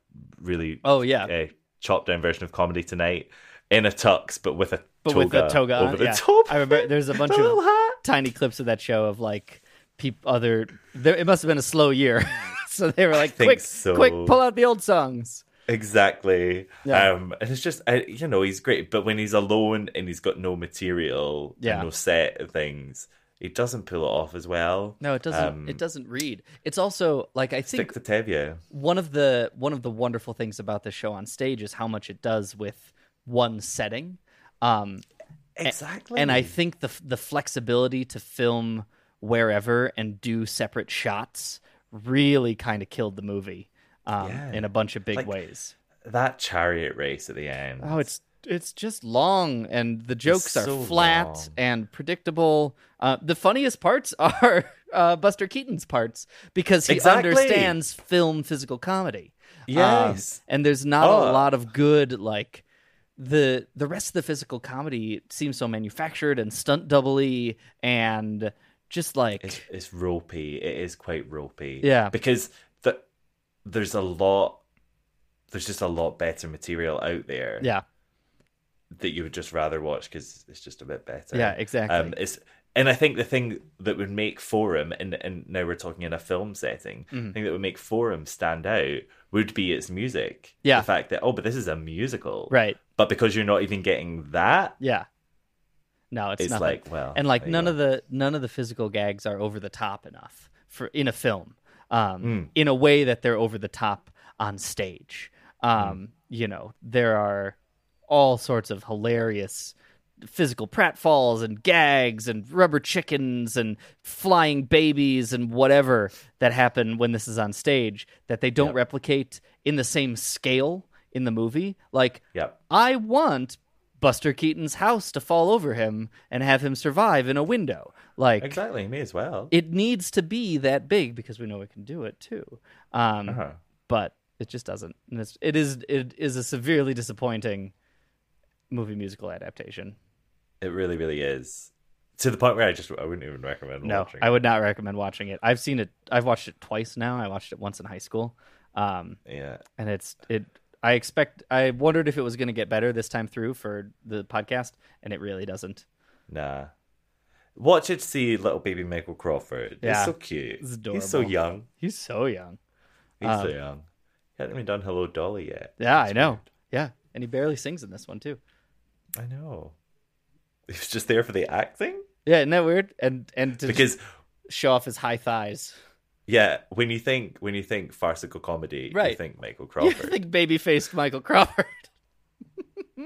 S5: really
S6: Oh, yeah.
S5: uh, chopped down version of comedy tonight in a tux but with a
S6: But
S5: toga
S6: with the toga
S5: over
S6: on,
S5: the
S6: yeah.
S5: top.
S6: I remember there's a bunch
S5: The little
S6: of tiny clips of that show of like peop other there it must have been a slow year. so they were like
S5: think
S6: quick
S5: so.
S6: quick pull out the old songs.
S5: Exactly.
S6: Yeah.
S5: Um, and it's just, I, you know, he's great, but when he's alone and he's got no material, and
S6: Yeah.
S5: no set of things, he doesn't pull it off as well.
S6: No, it doesn't
S5: Um,
S6: it doesn't read. It's also like I think
S5: Stick to Tevye.
S6: one of the one of the wonderful things about this show on stage is how much it does with one setting. Um, a-
S5: Exactly.
S6: And I think the f- the flexibility to film wherever and do separate shots really kind of killed the movie um,
S5: Yeah.
S6: in a bunch of big
S5: Like-
S6: ways.
S5: That chariot race at the end.
S6: Oh, it's it's just long, and the jokes are
S5: so
S6: flat
S5: long.
S6: and predictable. Uh, the funniest parts are uh, Buster Keaton's parts because he
S5: Exactly.
S6: understands film physical comedy. Um,
S5: Yes.
S6: and there's not a
S5: Oh.
S6: lot of good like the the rest of the physical comedy seems so manufactured and stunt doubly and just like
S5: It's, it's ropey. It is quite ropey.
S6: Yeah.
S5: Because the, there's a lot, there's just a lot better material out there.
S6: yeah
S5: that you would just rather watch because it's just a bit better.
S6: Yeah, exactly.
S5: Um, it's and I think the thing that would make Forum and and now we're talking in a film setting,
S6: Mhm.
S5: the thing that would make Forum stand out would be its music.
S6: Yeah.
S5: the fact that oh, but this is a musical,
S6: right
S5: But because you're not even getting that,
S6: yeah no it's,
S5: It's
S6: nothing.
S5: like, well,
S6: and like
S5: there you
S6: none
S5: go.
S6: of the none of the physical gags are over the top enough for in a film um
S5: Mm.
S6: in a way that they're over the top on stage
S5: Hmm.
S6: um you know there are all sorts of hilarious physical pratfalls and gags and rubber chickens and flying babies and whatever that happen when this is on stage that they don't replicate in the same scale in the movie like
S5: Yep.
S6: I want Buster Keaton's house to fall over him and have him survive in a window. Like
S5: exactly, me as well.
S6: it needs to be that big because we know it can do it too. Um,
S5: Uh-huh.
S6: But it just doesn't. And it's, it is it is a severely disappointing movie musical adaptation.
S5: It really, really is to the point where I just I wouldn't even recommend
S6: No,
S5: watching.
S6: I would not recommend watching it. I've seen it. I've watched it twice now. I watched it once in high school. Um,
S5: Yeah,
S6: and it's it. I expect. I wondered if it was going to get better this time through for the podcast, and it really doesn't.
S5: nah. Watch it. to See little baby Michael Crawford.
S6: Yeah.
S5: He's so cute.
S6: It's
S5: He's so
S6: adorable.
S5: young.
S6: He's so young.
S5: He's
S6: Um,
S5: so young. He hasn't even done Hello Dolly yet.
S6: Yeah,
S5: That's
S6: I know.
S5: weird.
S6: Yeah, and he barely sings in this one too.
S5: I know. He was just there for the acting
S6: Yeah, isn't that weird? And and to
S5: because
S6: show off his high thighs.
S5: yeah, when you think when you think farcical comedy, you
S6: Right.
S5: think Michael
S6: You
S5: Crawford.
S6: think baby faced Michael Crawford?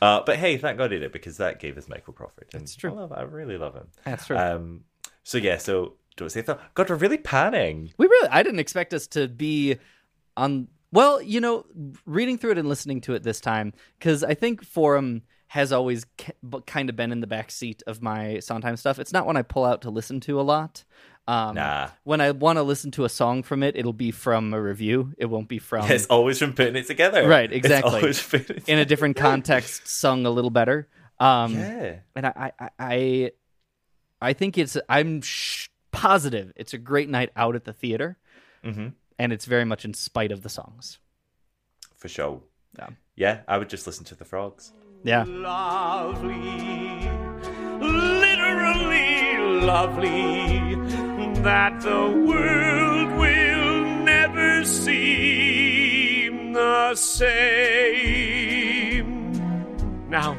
S5: Uh, but hey, thank God he did because that gave us Michael Crawford. And That's
S6: true.
S5: I, love, I really love him.
S6: That's true.
S5: Um, so yeah, so don't say that. God, we're really panning.
S6: We really, I didn't expect us to be on. Well, you know, reading through it and listening to it this time, because I think Forum has always k- kind of been in the back seat of my Sondheim stuff. It's not one I pull out to listen to a lot. Um,
S5: Nah.
S6: When I want to listen to a song from it, it'll be from a review. It won't be from.
S5: it's always from putting it together.
S6: Right,
S5: It's
S6: exactly.
S5: always from-
S6: In a different context, sung a little better. Um,
S5: Yeah.
S6: And I, I, I, I think it's. I'm sh- positive it's a great night out at the theater,
S5: Mhm.
S6: and it's very much in spite of the songs.
S5: for sure.
S6: Yeah.
S5: yeah, I would just listen to the frogs.
S6: Yeah.
S8: Lovely, literally lovely, that the world will never seem the same. Now,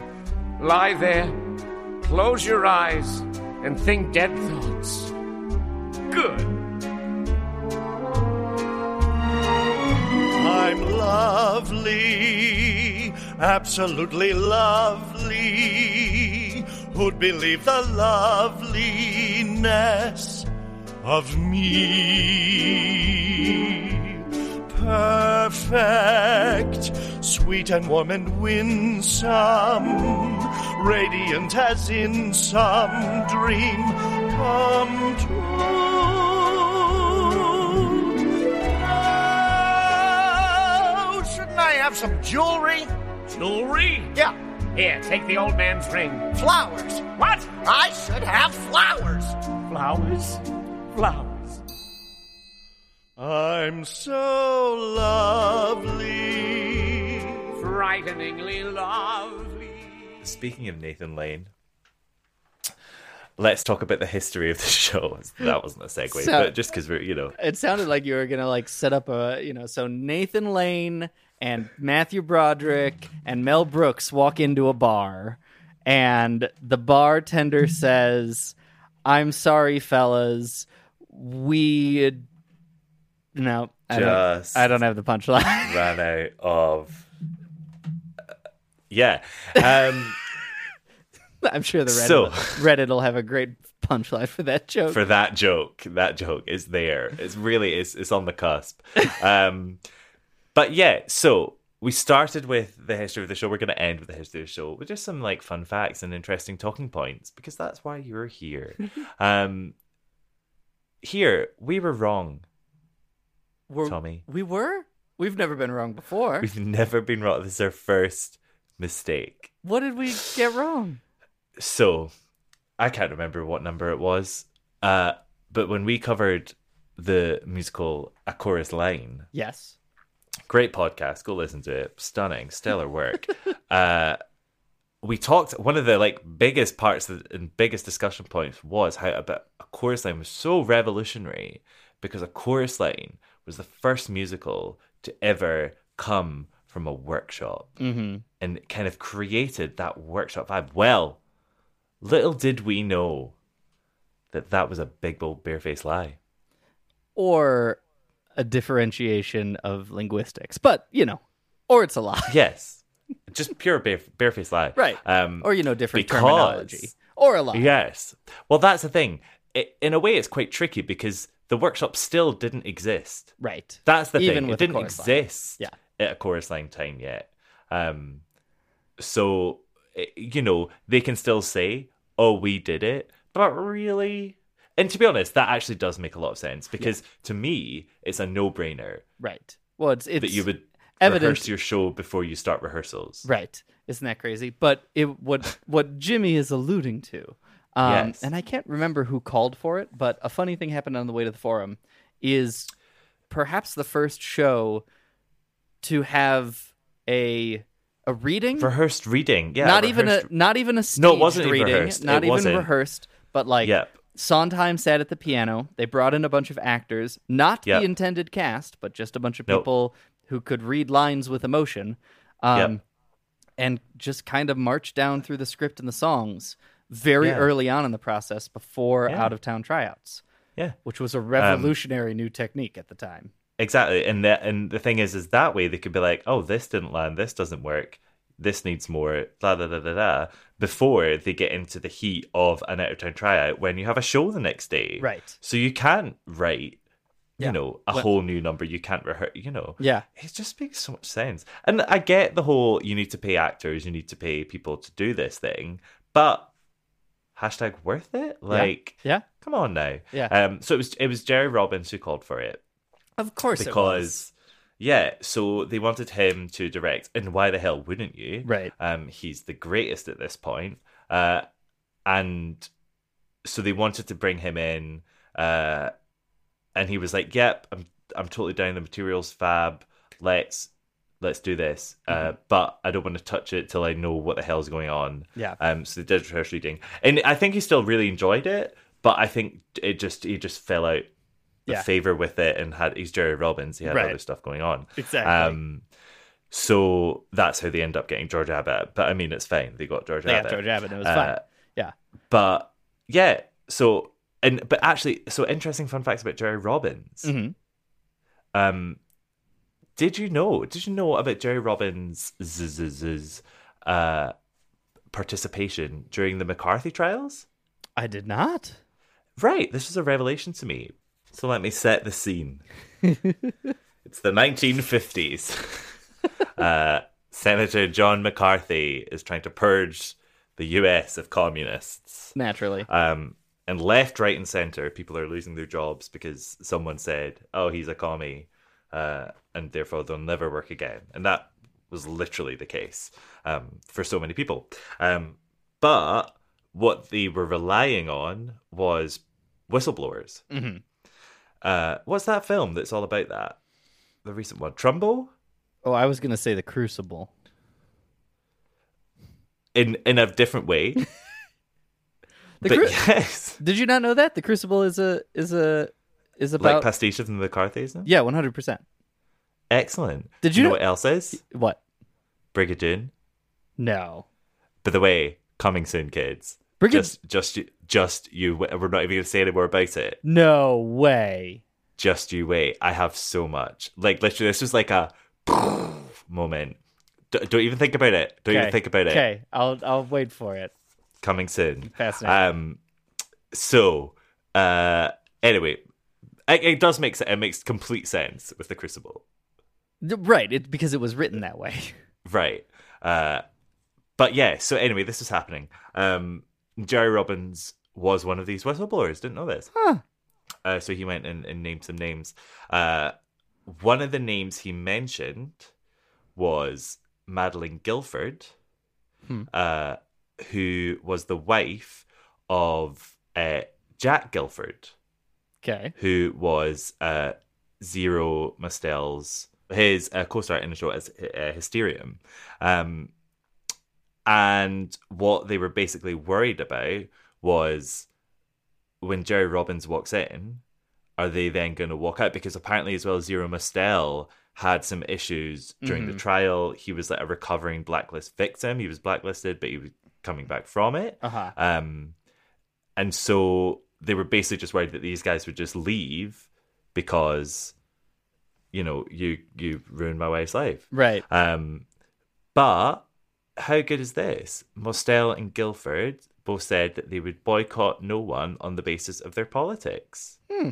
S8: lie there, close your eyes, and think dead thoughts. Good.
S12: I'm lovely, absolutely lovely. Who'd believe the loveliness of me? Perfect, sweet and warm and winsome, radiant as in some dream come true. Oh, shouldn't I have some jewelry?
S8: Jewelry?
S12: Yeah.
S8: Here, take the old man's ring.
S12: Flowers.
S8: What?
S12: I should have flowers.
S8: Flowers? Flowers.
S12: I'm so lovely.
S8: Frighteningly lovely.
S5: Speaking of Nathan Lane, let's talk about the history of the show. That wasn't a segue,
S6: So-
S5: but just because we're, you know,
S6: It sounded like you were gonna like set up a you know so Nathan Lane and Matthew Broderick and Mel Brooks walk into a bar and the bartender says, "I'm sorry, fellas, we no." I don't,
S5: Just-
S6: I don't have the punchline.
S5: ran out of. uh, Yeah. Um,
S6: I'm sure the Reddit,
S5: So-
S6: Reddit will have a great punchline for that joke.
S5: for that joke. That joke is there. It's really is. It's on the cusp. Um, but yeah, so we started with the history of the show. We're going to end with the history of the show with just some like fun facts and interesting talking points because that's why you're here. um, here we were wrong,
S6: We're-
S5: Tommy.
S6: We were? We've never been wrong before.
S5: We've never been wrong. This is our first mistake.
S6: What did we get wrong?
S5: So I can't remember what number it was, uh, but when we covered the musical A Chorus Line,
S6: Yes.
S5: great podcast go listen to it stunning stellar work uh we talked one of the like biggest parts of, and biggest discussion points was how about a chorus line was so revolutionary because a chorus line was the first musical to ever come from a workshop
S6: Mm-hmm.
S5: and it kind of created that workshop vibe well little did we know that that was a big old barefaced lie
S6: Or a differentiation of linguistics. But, you know, or it's a lie.
S5: yes just pure bare, barefaced lie
S6: Right.
S5: um
S6: or, you know, different
S5: because-
S6: terminology. Or a lie.
S5: Yes. Well, that's the thing. It, in a way, it's quite tricky because the workshop still didn't exist.
S6: Right.
S5: That's the
S6: Even
S5: thing.
S6: with
S5: It
S6: a
S5: didn't
S6: chorus line.
S5: exist at a chorus line time yet. Um, so, it- you know, they can still say, oh, we did it. But really? And to be honest, that actually does make a lot of sense because to me, it's a no brainer
S6: Right. Well, it's, it's
S5: that you would
S6: evident-
S5: rehearse your show before you start rehearsals.
S6: Right. Isn't that crazy? But it what what Jimmy is alluding to, um,
S5: Yes.
S6: and I can't remember who called for it, but a funny thing happened on the way to the forum is perhaps the first show to have a a reading
S5: Rehearsed reading. Yeah.
S6: not even a
S5: rehearsed-
S6: not even a staged
S5: No, it wasn't even
S6: reading,
S5: rehearsed.
S6: not
S5: It
S6: even
S5: wasn't.
S6: rehearsed, but like
S5: Yep.
S6: Sondheim sat at the piano. They brought in a bunch of actors, not
S5: Yep.
S6: the intended cast, but just a bunch of
S5: Nope.
S6: people who could read lines with emotion, um,
S5: Yep.
S6: and just kind of marched down through the script and the songs very
S5: Yeah.
S6: early on in the process before
S5: Yeah.
S6: out of town tryouts.
S5: Yeah.
S6: which was a revolutionary new technique at the time.
S5: Exactly, and that and the thing is, is that way they could be like, oh, this didn't land, this doesn't work, this needs more, da da da da da, before they get into the heat of an out of town tryout when you have a show the next day.
S6: Right.
S5: So you can't write you know, a
S6: Well-
S5: whole new number you can't rehearse, you know.
S6: Yeah.
S5: It just makes so much sense. And I get the whole you need to pay actors, you need to pay people to do this thing, but hashtag worth it? Like,
S6: yeah.
S5: come on now.
S6: Yeah.
S5: Um, so it was it was Jerry Robbins who called for it
S6: Of course,
S5: because
S6: it was.
S5: yeah so they wanted him to direct and why the hell wouldn't you right um he's the greatest at this point uh and so they wanted to bring him in uh and he was like yep i'm i'm totally down the materials fab let's let's do this uh
S6: Mm-hmm.
S5: but i don't want to touch it till i know what the hell's going on
S6: Yeah.
S5: um so they did rehearsal reading and i think he still really enjoyed it but i think it just he just fell out the
S6: Yeah.
S5: favor with it and had he's Jerry Robbins. He had
S6: Right.
S5: other stuff going on.
S6: Exactly.
S5: Um, so that's how they end up getting George Abbott. But I mean, it's fine. They got George
S6: They got
S5: Abbott.
S6: George Abbott, it
S5: uh,
S6: was fine. Yeah.
S5: But yeah, so and but actually, so interesting fun facts about Jerry Robbins.
S6: Mhm.
S5: Um, did you know? Did you know about Jerry Robbins' z- z- z's, uh, participation during the McCarthy trials?
S6: I did not.
S5: Right, this was a revelation to me. So let me set the scene. it's the 1950s. uh, Senator John McCarthy is trying to purge the US of communists.
S6: Naturally.
S5: Um, and left, right, and center, people are losing their jobs because someone said, oh, he's a commie, uh, and therefore they'll never work again. And that was literally the case um, for so many people. Um, but what they were relying on was whistleblowers.
S6: Mhm.
S5: Uh, what's that film that's all about that? The recent one, Trumbo.
S6: Oh, I was gonna say the Crucible.
S5: in in a different way.
S6: The
S5: but
S6: Cru-
S5: yes,
S6: Did you not know that the Crucible is a is a is about
S5: like pastiche of the McCarthyism.
S6: yeah one hundred percent.
S5: excellent.
S6: Did
S5: you
S6: you
S5: know
S6: know-
S5: what else is
S6: What?
S5: Brigadoon?
S6: No.
S5: By the way, coming soon, kids.
S6: Brigad-
S5: just just you- just you. wa- We're not even going to say any more about it.
S6: No way.
S5: Just you wait. I have so much. Like literally, this was like a moment. D- don't even think about it. Don't even think about it.
S6: Okay, I'll I'll wait for it.
S5: coming soon.
S6: Fascinating.
S5: Um, so, uh, anyway, it, it does make sense. It makes complete sense with the crucible,
S6: D- Right, it because it was written that way.
S5: right? Uh, but yeah. So anyway, this is happening. Um, Jerry Robbins was one of these whistleblowers. Didn't know this.
S6: Huh.
S5: Uh, so he went and, and named some names. Uh, one of the names he mentioned was Madeline Guilford,
S6: Hmm.
S5: uh, who was the wife of uh, Jack Guilford,
S6: Okay.
S5: who was uh, Zero Mostel's his uh, co-star in the show as uh, Hysterium. Um, and what they were basically worried about was when Jerry Robbins walks in, are they then going to walk out? Because apparently, as well, Zero Mostel had some issues during the
S6: Mhm.
S5: trial. He was like a recovering blacklist victim. He was blacklisted, but he was coming back from it.
S6: Uh-huh.
S5: Um, and so they were basically just worried that these guys would just leave because, you know, you you ruined my wife's life.
S6: Right.
S5: Um, but how good is this? Mostel and Guilford both said that they would boycott no one on the basis of their politics.
S6: Hmm.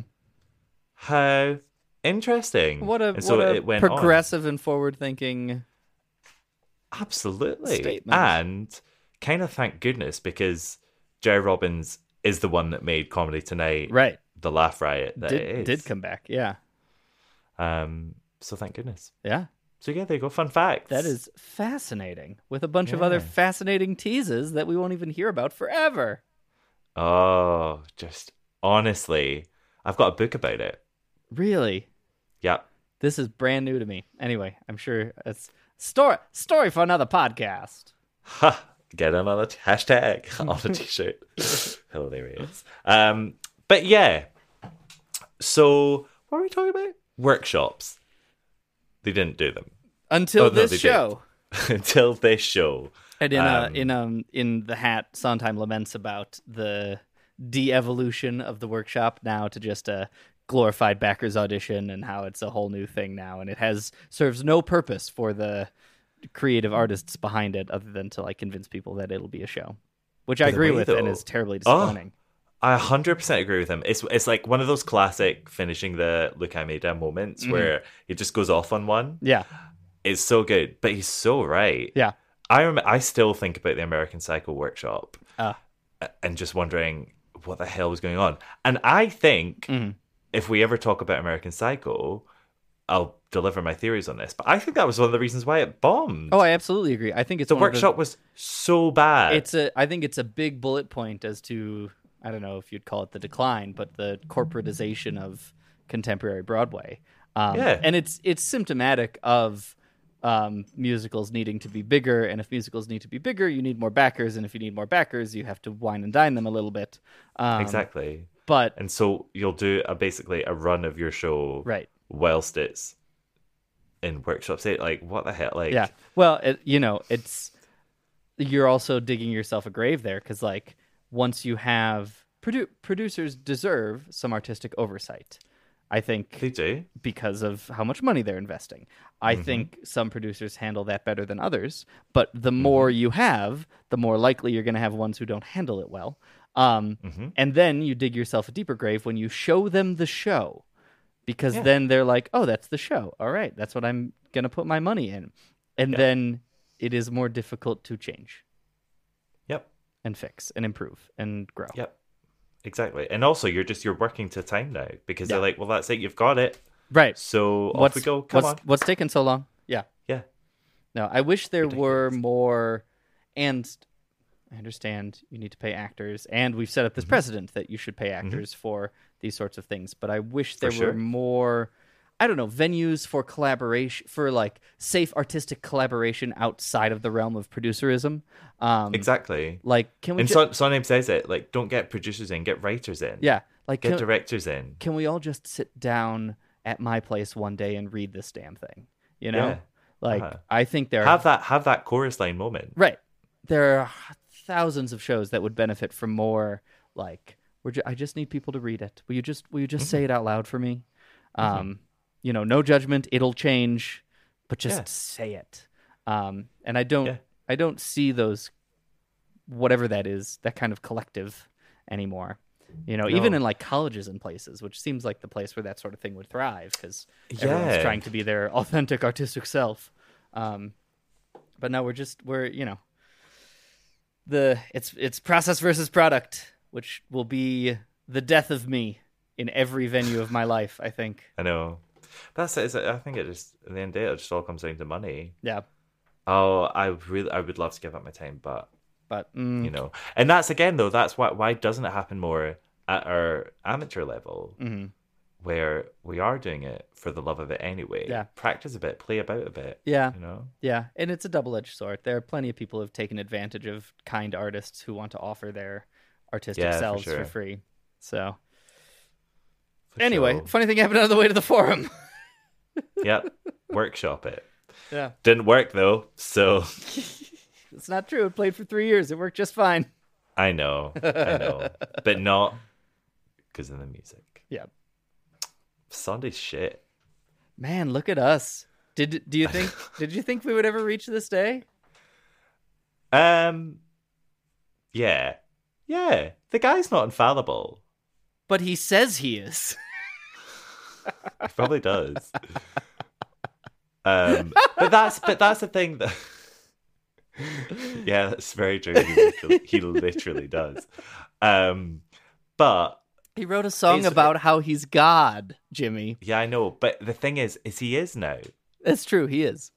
S5: How interesting!
S6: What a
S5: And so
S6: what a
S5: it went on.
S6: progressive and forward thinking.
S5: Absolutely.
S6: statement.
S5: And kind of thank goodness because Jerry Robbins is the one that made Comedy Tonight
S6: Right.
S5: the laugh riot that
S6: did
S5: it is.
S6: did come back. Yeah.
S5: Um, so thank goodness.
S6: Yeah.
S5: So yeah, there you go. Fun facts.
S6: That is fascinating. With a bunch of other
S5: Yeah.
S6: fascinating teases that we won't even hear about forever.
S5: Oh, just honestly, I've got a book about it.
S6: Really?
S5: Yep.
S6: This is brand new to me. Anyway, I'm sure it's story story for another podcast.
S5: Ha! Get another t- hashtag on a t-shirt. Hilarious. Um, but yeah. So what are we talking about? Workshops. They didn't do them
S6: Until
S5: Oh, no,
S6: this
S5: they did.
S6: show.
S5: Until this show.
S6: And in uh,
S5: Um,
S6: in um in the hat, Sondheim laments about the de-evolution of the workshop now to just a glorified backers audition and how it's a whole new thing now and it has serves no purpose for the creative artists behind it other than to like convince people that it'll be a show, which I
S5: By the
S6: agree
S5: way,
S6: with and
S5: though-
S6: is terribly
S5: Oh,
S6: disappointing.
S5: I 100% agree with him. It's it's like one of those classic finishing the Luke Almeida moments
S6: Mhm.
S5: where he just goes off on one.
S6: Yeah.
S5: It's so good, but he's so right.
S6: Yeah.
S5: I rem- I still think about the American Psycho Workshop
S6: Ah.
S5: a- and just wondering what the hell was going on. And I think
S6: Mm-hmm.
S5: if we ever talk about American Psycho, I'll deliver my theories on this. But I think that was one of the reasons why it bombed.
S6: Oh, I absolutely agree. I think it's
S5: the
S6: one of
S5: workshop was so bad.
S6: It's a. I think it's a big bullet point as to I don't know if you'd call it the decline, but the corporatization of contemporary Broadway. Um,
S5: Yeah.
S6: and it's it's symptomatic of um, musicals needing to be bigger, and if musicals need to be bigger, you need more backers, and if you need more backers, you have to wine and dine them a little bit. Um,
S5: exactly.
S6: but-
S5: and so you'll do a basically a run of your show,
S6: Right.
S5: Whilst it's in workshop state, like what the hell, like
S6: yeah. Well, it, you know, it's you're also digging yourself a grave there because, like, once you have produ- producers deserve some artistic oversight. I think
S5: they do
S6: because of how much money they're investing. I
S5: Mhm.
S6: think some producers handle that better than others, but the
S5: Mm-hmm.
S6: more you have, the more likely you're going to have ones who don't handle it well. Um,
S5: Mm-hmm.
S6: And then you dig yourself a deeper grave when you show them the show because
S5: Yeah.
S6: then they're like, oh, that's the show. All right, that's what I'm going to put my money in. And then it is more difficult to change.
S5: Yep.
S6: And fix and improve and grow.
S5: Yep. Exactly. And also you're just you're working to time now because
S6: Yeah.
S5: they're like, Well that's it, you've got it.
S6: Right.
S5: So
S6: what's,
S5: off we go. Come
S6: what's,
S5: on.
S6: What's taking so long? Yeah.
S5: Yeah.
S6: No, I wish there were more. And I understand you need to pay actors, and we've set up
S5: Mm-hmm.
S6: this precedent that you should pay actors for these sorts of things. But I wish there
S5: sure.
S6: were more. I don't know venues for collaboration for like safe artistic collaboration outside of the realm of producerism. Um,
S5: Exactly.
S6: Like, can we?
S5: And
S6: ju-
S5: Son Sonam says it, like, don't get producers in, get writers in.
S6: Yeah, like,
S5: get
S6: can-
S5: directors in.
S6: can we all just sit down at my place one day and read this damn thing? You know,
S5: Yeah.
S6: like
S5: Uh-huh.
S6: I think there
S5: Have that have that chorus line moment.
S6: Right. There are thousands of shows that would benefit from more like we're ju- I just need people to read it. Will you just will you just
S5: Mm-hmm.
S6: say it out loud for me? Um, you know, no judgment, it'll change, but just
S5: Yeah.
S6: say it. Um, and I don't
S5: Yeah.
S6: I don't see those whatever that is, that kind of collective anymore. You know, even
S5: No.
S6: in like colleges and places, which seems like the place where that sort of thing would thrive because everyone's
S5: Yeah.
S6: trying to be their authentic artistic self. Um, but no, we're just we're you know the it's it's process versus product, which will be the death of me in every venue of my life. I think.
S5: I know. That's it. is it- I think it just at the end of the day, it just all comes down to money.
S6: Yeah.
S5: Oh, I really, I would love to give up my time, but
S6: But mm,
S5: you know, and that's again though. That's why why doesn't it happen more at our amateur level,
S6: Mhm.
S5: where we are doing it for the love of it anyway?
S6: Yeah.
S5: Practice a bit, play about a bit.
S6: Yeah.
S5: You know.
S6: Yeah, and it's a double-edged sword. There are plenty of people who have taken advantage of kind artists who want to offer their artistic
S5: Yeah, for
S6: selves for
S5: sure.
S6: free. So,
S5: For
S6: anyway,
S5: sure.
S6: funny thing happened on the way to the forum.
S5: Yep. Workshop it.
S6: Yeah.
S5: Didn't work though, so
S6: it's not true. It played for three years. It worked just fine.
S5: I know, I know, but not because of the music.
S6: Yeah.
S5: Sunday's shit.
S6: Man, look at us. Did do you think did you think we would ever reach this day?
S5: Um, yeah, yeah. The guy's not infallible.
S6: But he says he is.
S5: He probably does. um, but that's but that's the thing that. yeah, that's very true. He literally, he literally does. Um, but
S6: He wrote a song
S5: He's-
S6: about how he's God, Jimmy.
S5: yeah, I know. But the thing is, is he is now.
S6: That's true, he is.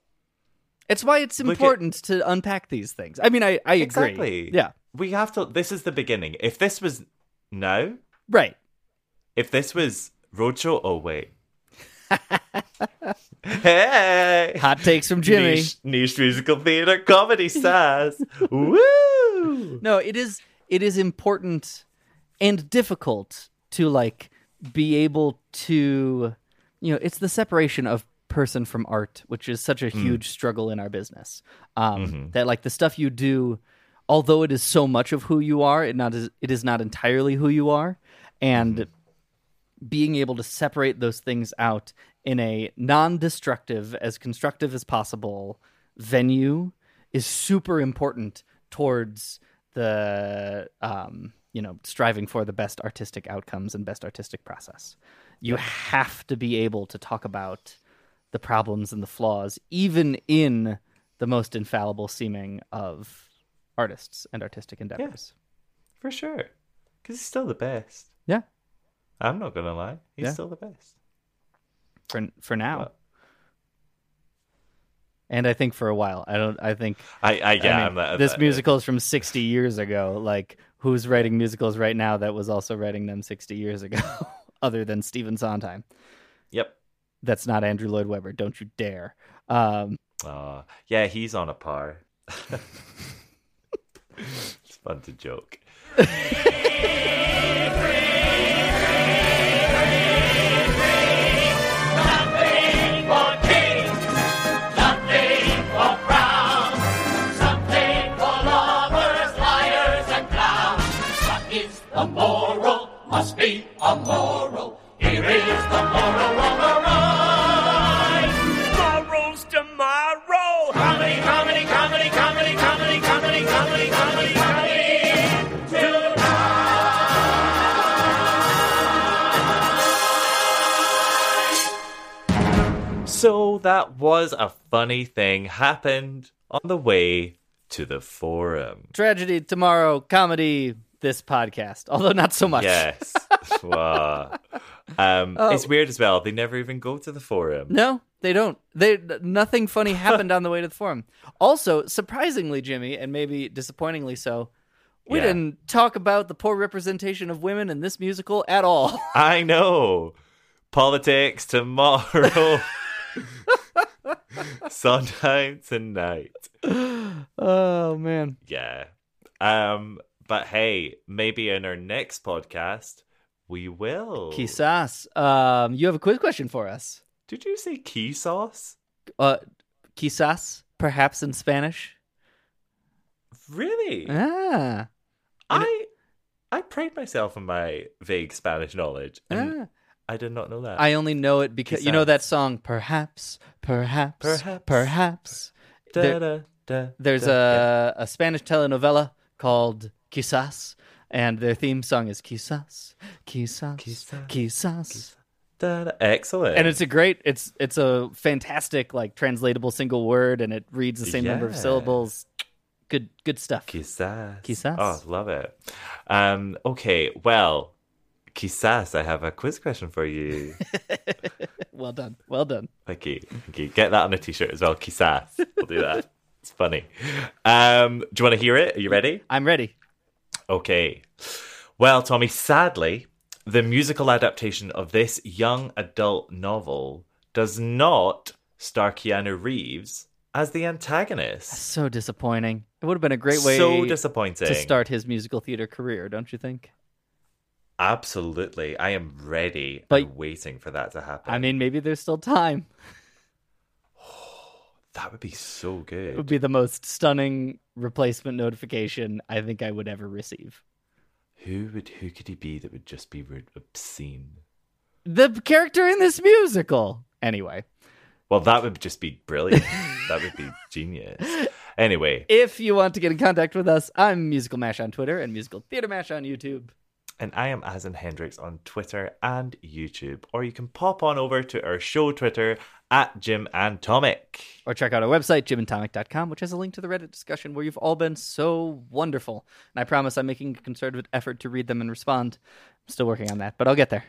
S6: It's why it's
S5: Look at-
S6: important to unpack these things. I mean I, I agree.
S5: Exactly.
S6: Yeah.
S5: We have to. This is the beginning. If this was no,
S6: Right.
S5: if this was roadshow, oh wait. hey,
S6: Hot takes from Jimmy.
S5: Niche, niche musical theater comedy says, woo.
S6: No, it is it is important and difficult to like be able to you know, it's the separation of person from art, which is such a huge struggle in our business. Um that like the stuff you do although it is so much of who you are, it not is it is not entirely who you are and being able to separate those things out in a non-destructive as constructive as possible venue is super important towards the um you know, striving for the best artistic outcomes and best artistic process. You have to be able to talk about the problems and the flaws, even in the most infallible seeming of artists and artistic endeavors.
S5: Yeah, for sure. Because he's still the best.
S6: Yeah.
S5: I'm not going to lie. He's
S6: Yeah.
S5: still the best.
S6: For, for now. And I think for a while, I don't. I think
S5: I- I- yeah, I'm that-
S6: this
S5: that-
S6: musical is from 60 years ago. Like, who's writing musicals right now that was also writing them 60 years ago, other than Stephen Sondheim?
S5: Yep.
S6: That's not Andrew Lloyd Webber. Don't you dare. Um,
S5: Aw, yeah, he's on a par. it's fun to joke.
S13: The moral must be a moral. Here is the moral of the rhyme. Morals tomorrow. Comedy, comedy, comedy, comedy, comedy, comedy, comedy, comedy, comedy.
S5: So that was a funny thing happened on the way to the forum.
S6: tragedy tomorrow, comedy this podcast, although not so much.
S5: Yes. Wow. um,
S6: Oh.
S5: It's weird as well. They never even go to the forum.
S6: No, they don't. They nothing funny happened on the way to the forum. Also, surprisingly, Jimmy, and maybe disappointingly so, we
S5: Yeah.
S6: didn't talk about the poor representation of women in this musical at all.
S5: I know. Politics tomorrow. Sometime tonight.
S6: oh man.
S5: Yeah. Um, but hey, maybe in our next podcast we
S6: Oh.
S5: will.
S6: Quizás. Um, you have a quiz question for us.
S5: Did you say key sauce?
S6: Uh, quizás, perhaps in Spanish.
S5: Really?
S6: Ah.
S5: I I pride myself on my vague Spanish knowledge. and I did not know that.
S6: Eh. I only know it because you know that song, perhaps, perhaps,
S5: Perhaps.
S6: perhaps, perhaps.
S5: Da,
S6: There-
S5: da, da,
S6: there's
S5: da,
S6: a a Spanish telenovela called Quizás, and their theme song is Quizás, Quizás, Quizás,
S5: Da, da. Excellent.
S6: And it's a great, it's it's a fantastic like translatable single word, and it reads the same number of
S5: Yeah.
S6: syllables. Good good stuff.
S5: Quizás.
S6: Quizás.
S5: Oh, love it. Um, okay, well, quizás I have a quiz question for you.
S6: Well done, well done.
S5: Thank you. Thank you. Get that on a t-shirt as well. Quizás. We'll do that. it's funny. Um, do you want to hear it? Are you ready?
S6: I'm ready.
S5: Okay. Well, Tommy, sadly, the musical adaptation of this young adult novel does not star Keanu Reeves as the antagonist.
S6: So disappointing. It would have been a great way
S5: So disappointing.
S6: to start his musical theater career, don't you think?
S5: Absolutely. I am ready
S6: But-
S5: and waiting for that to happen.
S6: I mean, maybe there's still time.
S5: that would be so
S6: It
S5: good.
S6: would be the most stunning replacement notification I think I would ever receive.
S5: Who would who could he be that would just be re- obscene?
S6: The character in this musical. Anyway,
S5: Well, that would just be brilliant. that would be genius. Anyway,
S6: if you want to get in contact with us, I'm Musical Mash on Twitter and Musical Theater Mash on YouTube.
S5: and I am Asin Hendricks on Twitter and YouTube, or you can pop on over to our show Twitter at Jim and Tomic.
S6: Or check out our website, jimandtomic.com, which has a link to the Reddit discussion where you've all been so wonderful. And I promise I'm making a concerted effort to read them and respond. I'm still working on that, but I'll get there.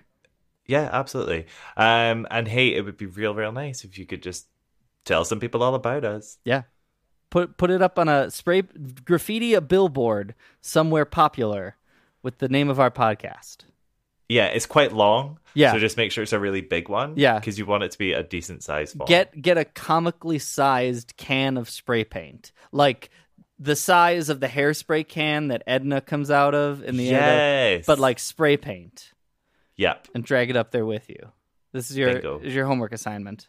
S5: Yeah, absolutely. Um, and hey, it would be real, real nice if you could just tell some people all about us.
S6: Yeah. Put put it up on a spray graffiti a billboard somewhere popular with the name of our podcast.
S5: Yeah, it's quite long.
S6: Yeah.
S5: So just make sure it's a really big one.
S6: Yeah.
S5: Because you want it to be a decent size font.
S6: Get get a comically sized can of spray paint. Like the size of the hairspray can that Edna comes out of in the end
S5: Yes.
S6: of, but like spray paint
S5: Yep.
S6: and drag it up there with you. This is your
S5: Bingo.
S6: is your homework assignment.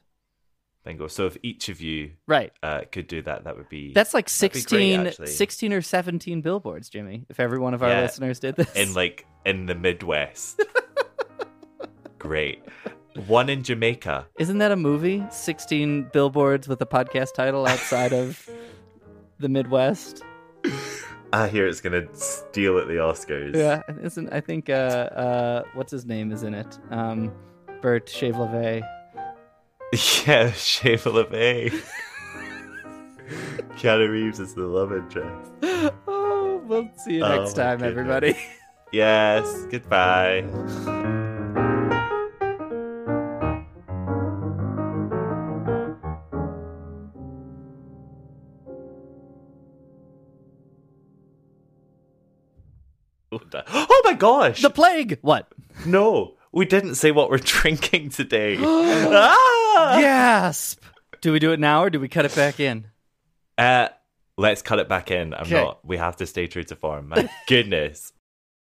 S5: Bingo. So if each of you
S6: Right.
S5: uh, could do that, that would be
S6: That's like
S5: that'd be
S6: 16,
S5: great, actually.
S6: 16 or 17 billboards, Jimmy, if every one of our
S5: Yeah.
S6: listeners did this.
S5: in like in the Midwest. Great. One in Jamaica.
S6: Isn't that a movie? 16 billboards with a podcast title outside of the Midwest.
S5: I hear Ah, it's going to steal at the Oscars.
S6: Yeah, and isn't I think uh, uh, what's his name is in it? Um, Bert Shavleve.
S5: Yeah, Shave LeVay. Keanu Reeves is the love interest.
S6: Oh, we'll see you
S5: Oh
S6: next
S5: my
S6: time,
S5: goodness.
S6: everybody.
S5: Yes, goodbye. Oh my gosh! The
S6: plague! What?
S5: No, we didn't say what we're drinking today. Ah!
S6: Gasp! Do we do it now or do we cut it back in?
S5: Uh, let's cut it back in. I'm
S6: Okay.
S5: not. We have to stay true to form. My goodness.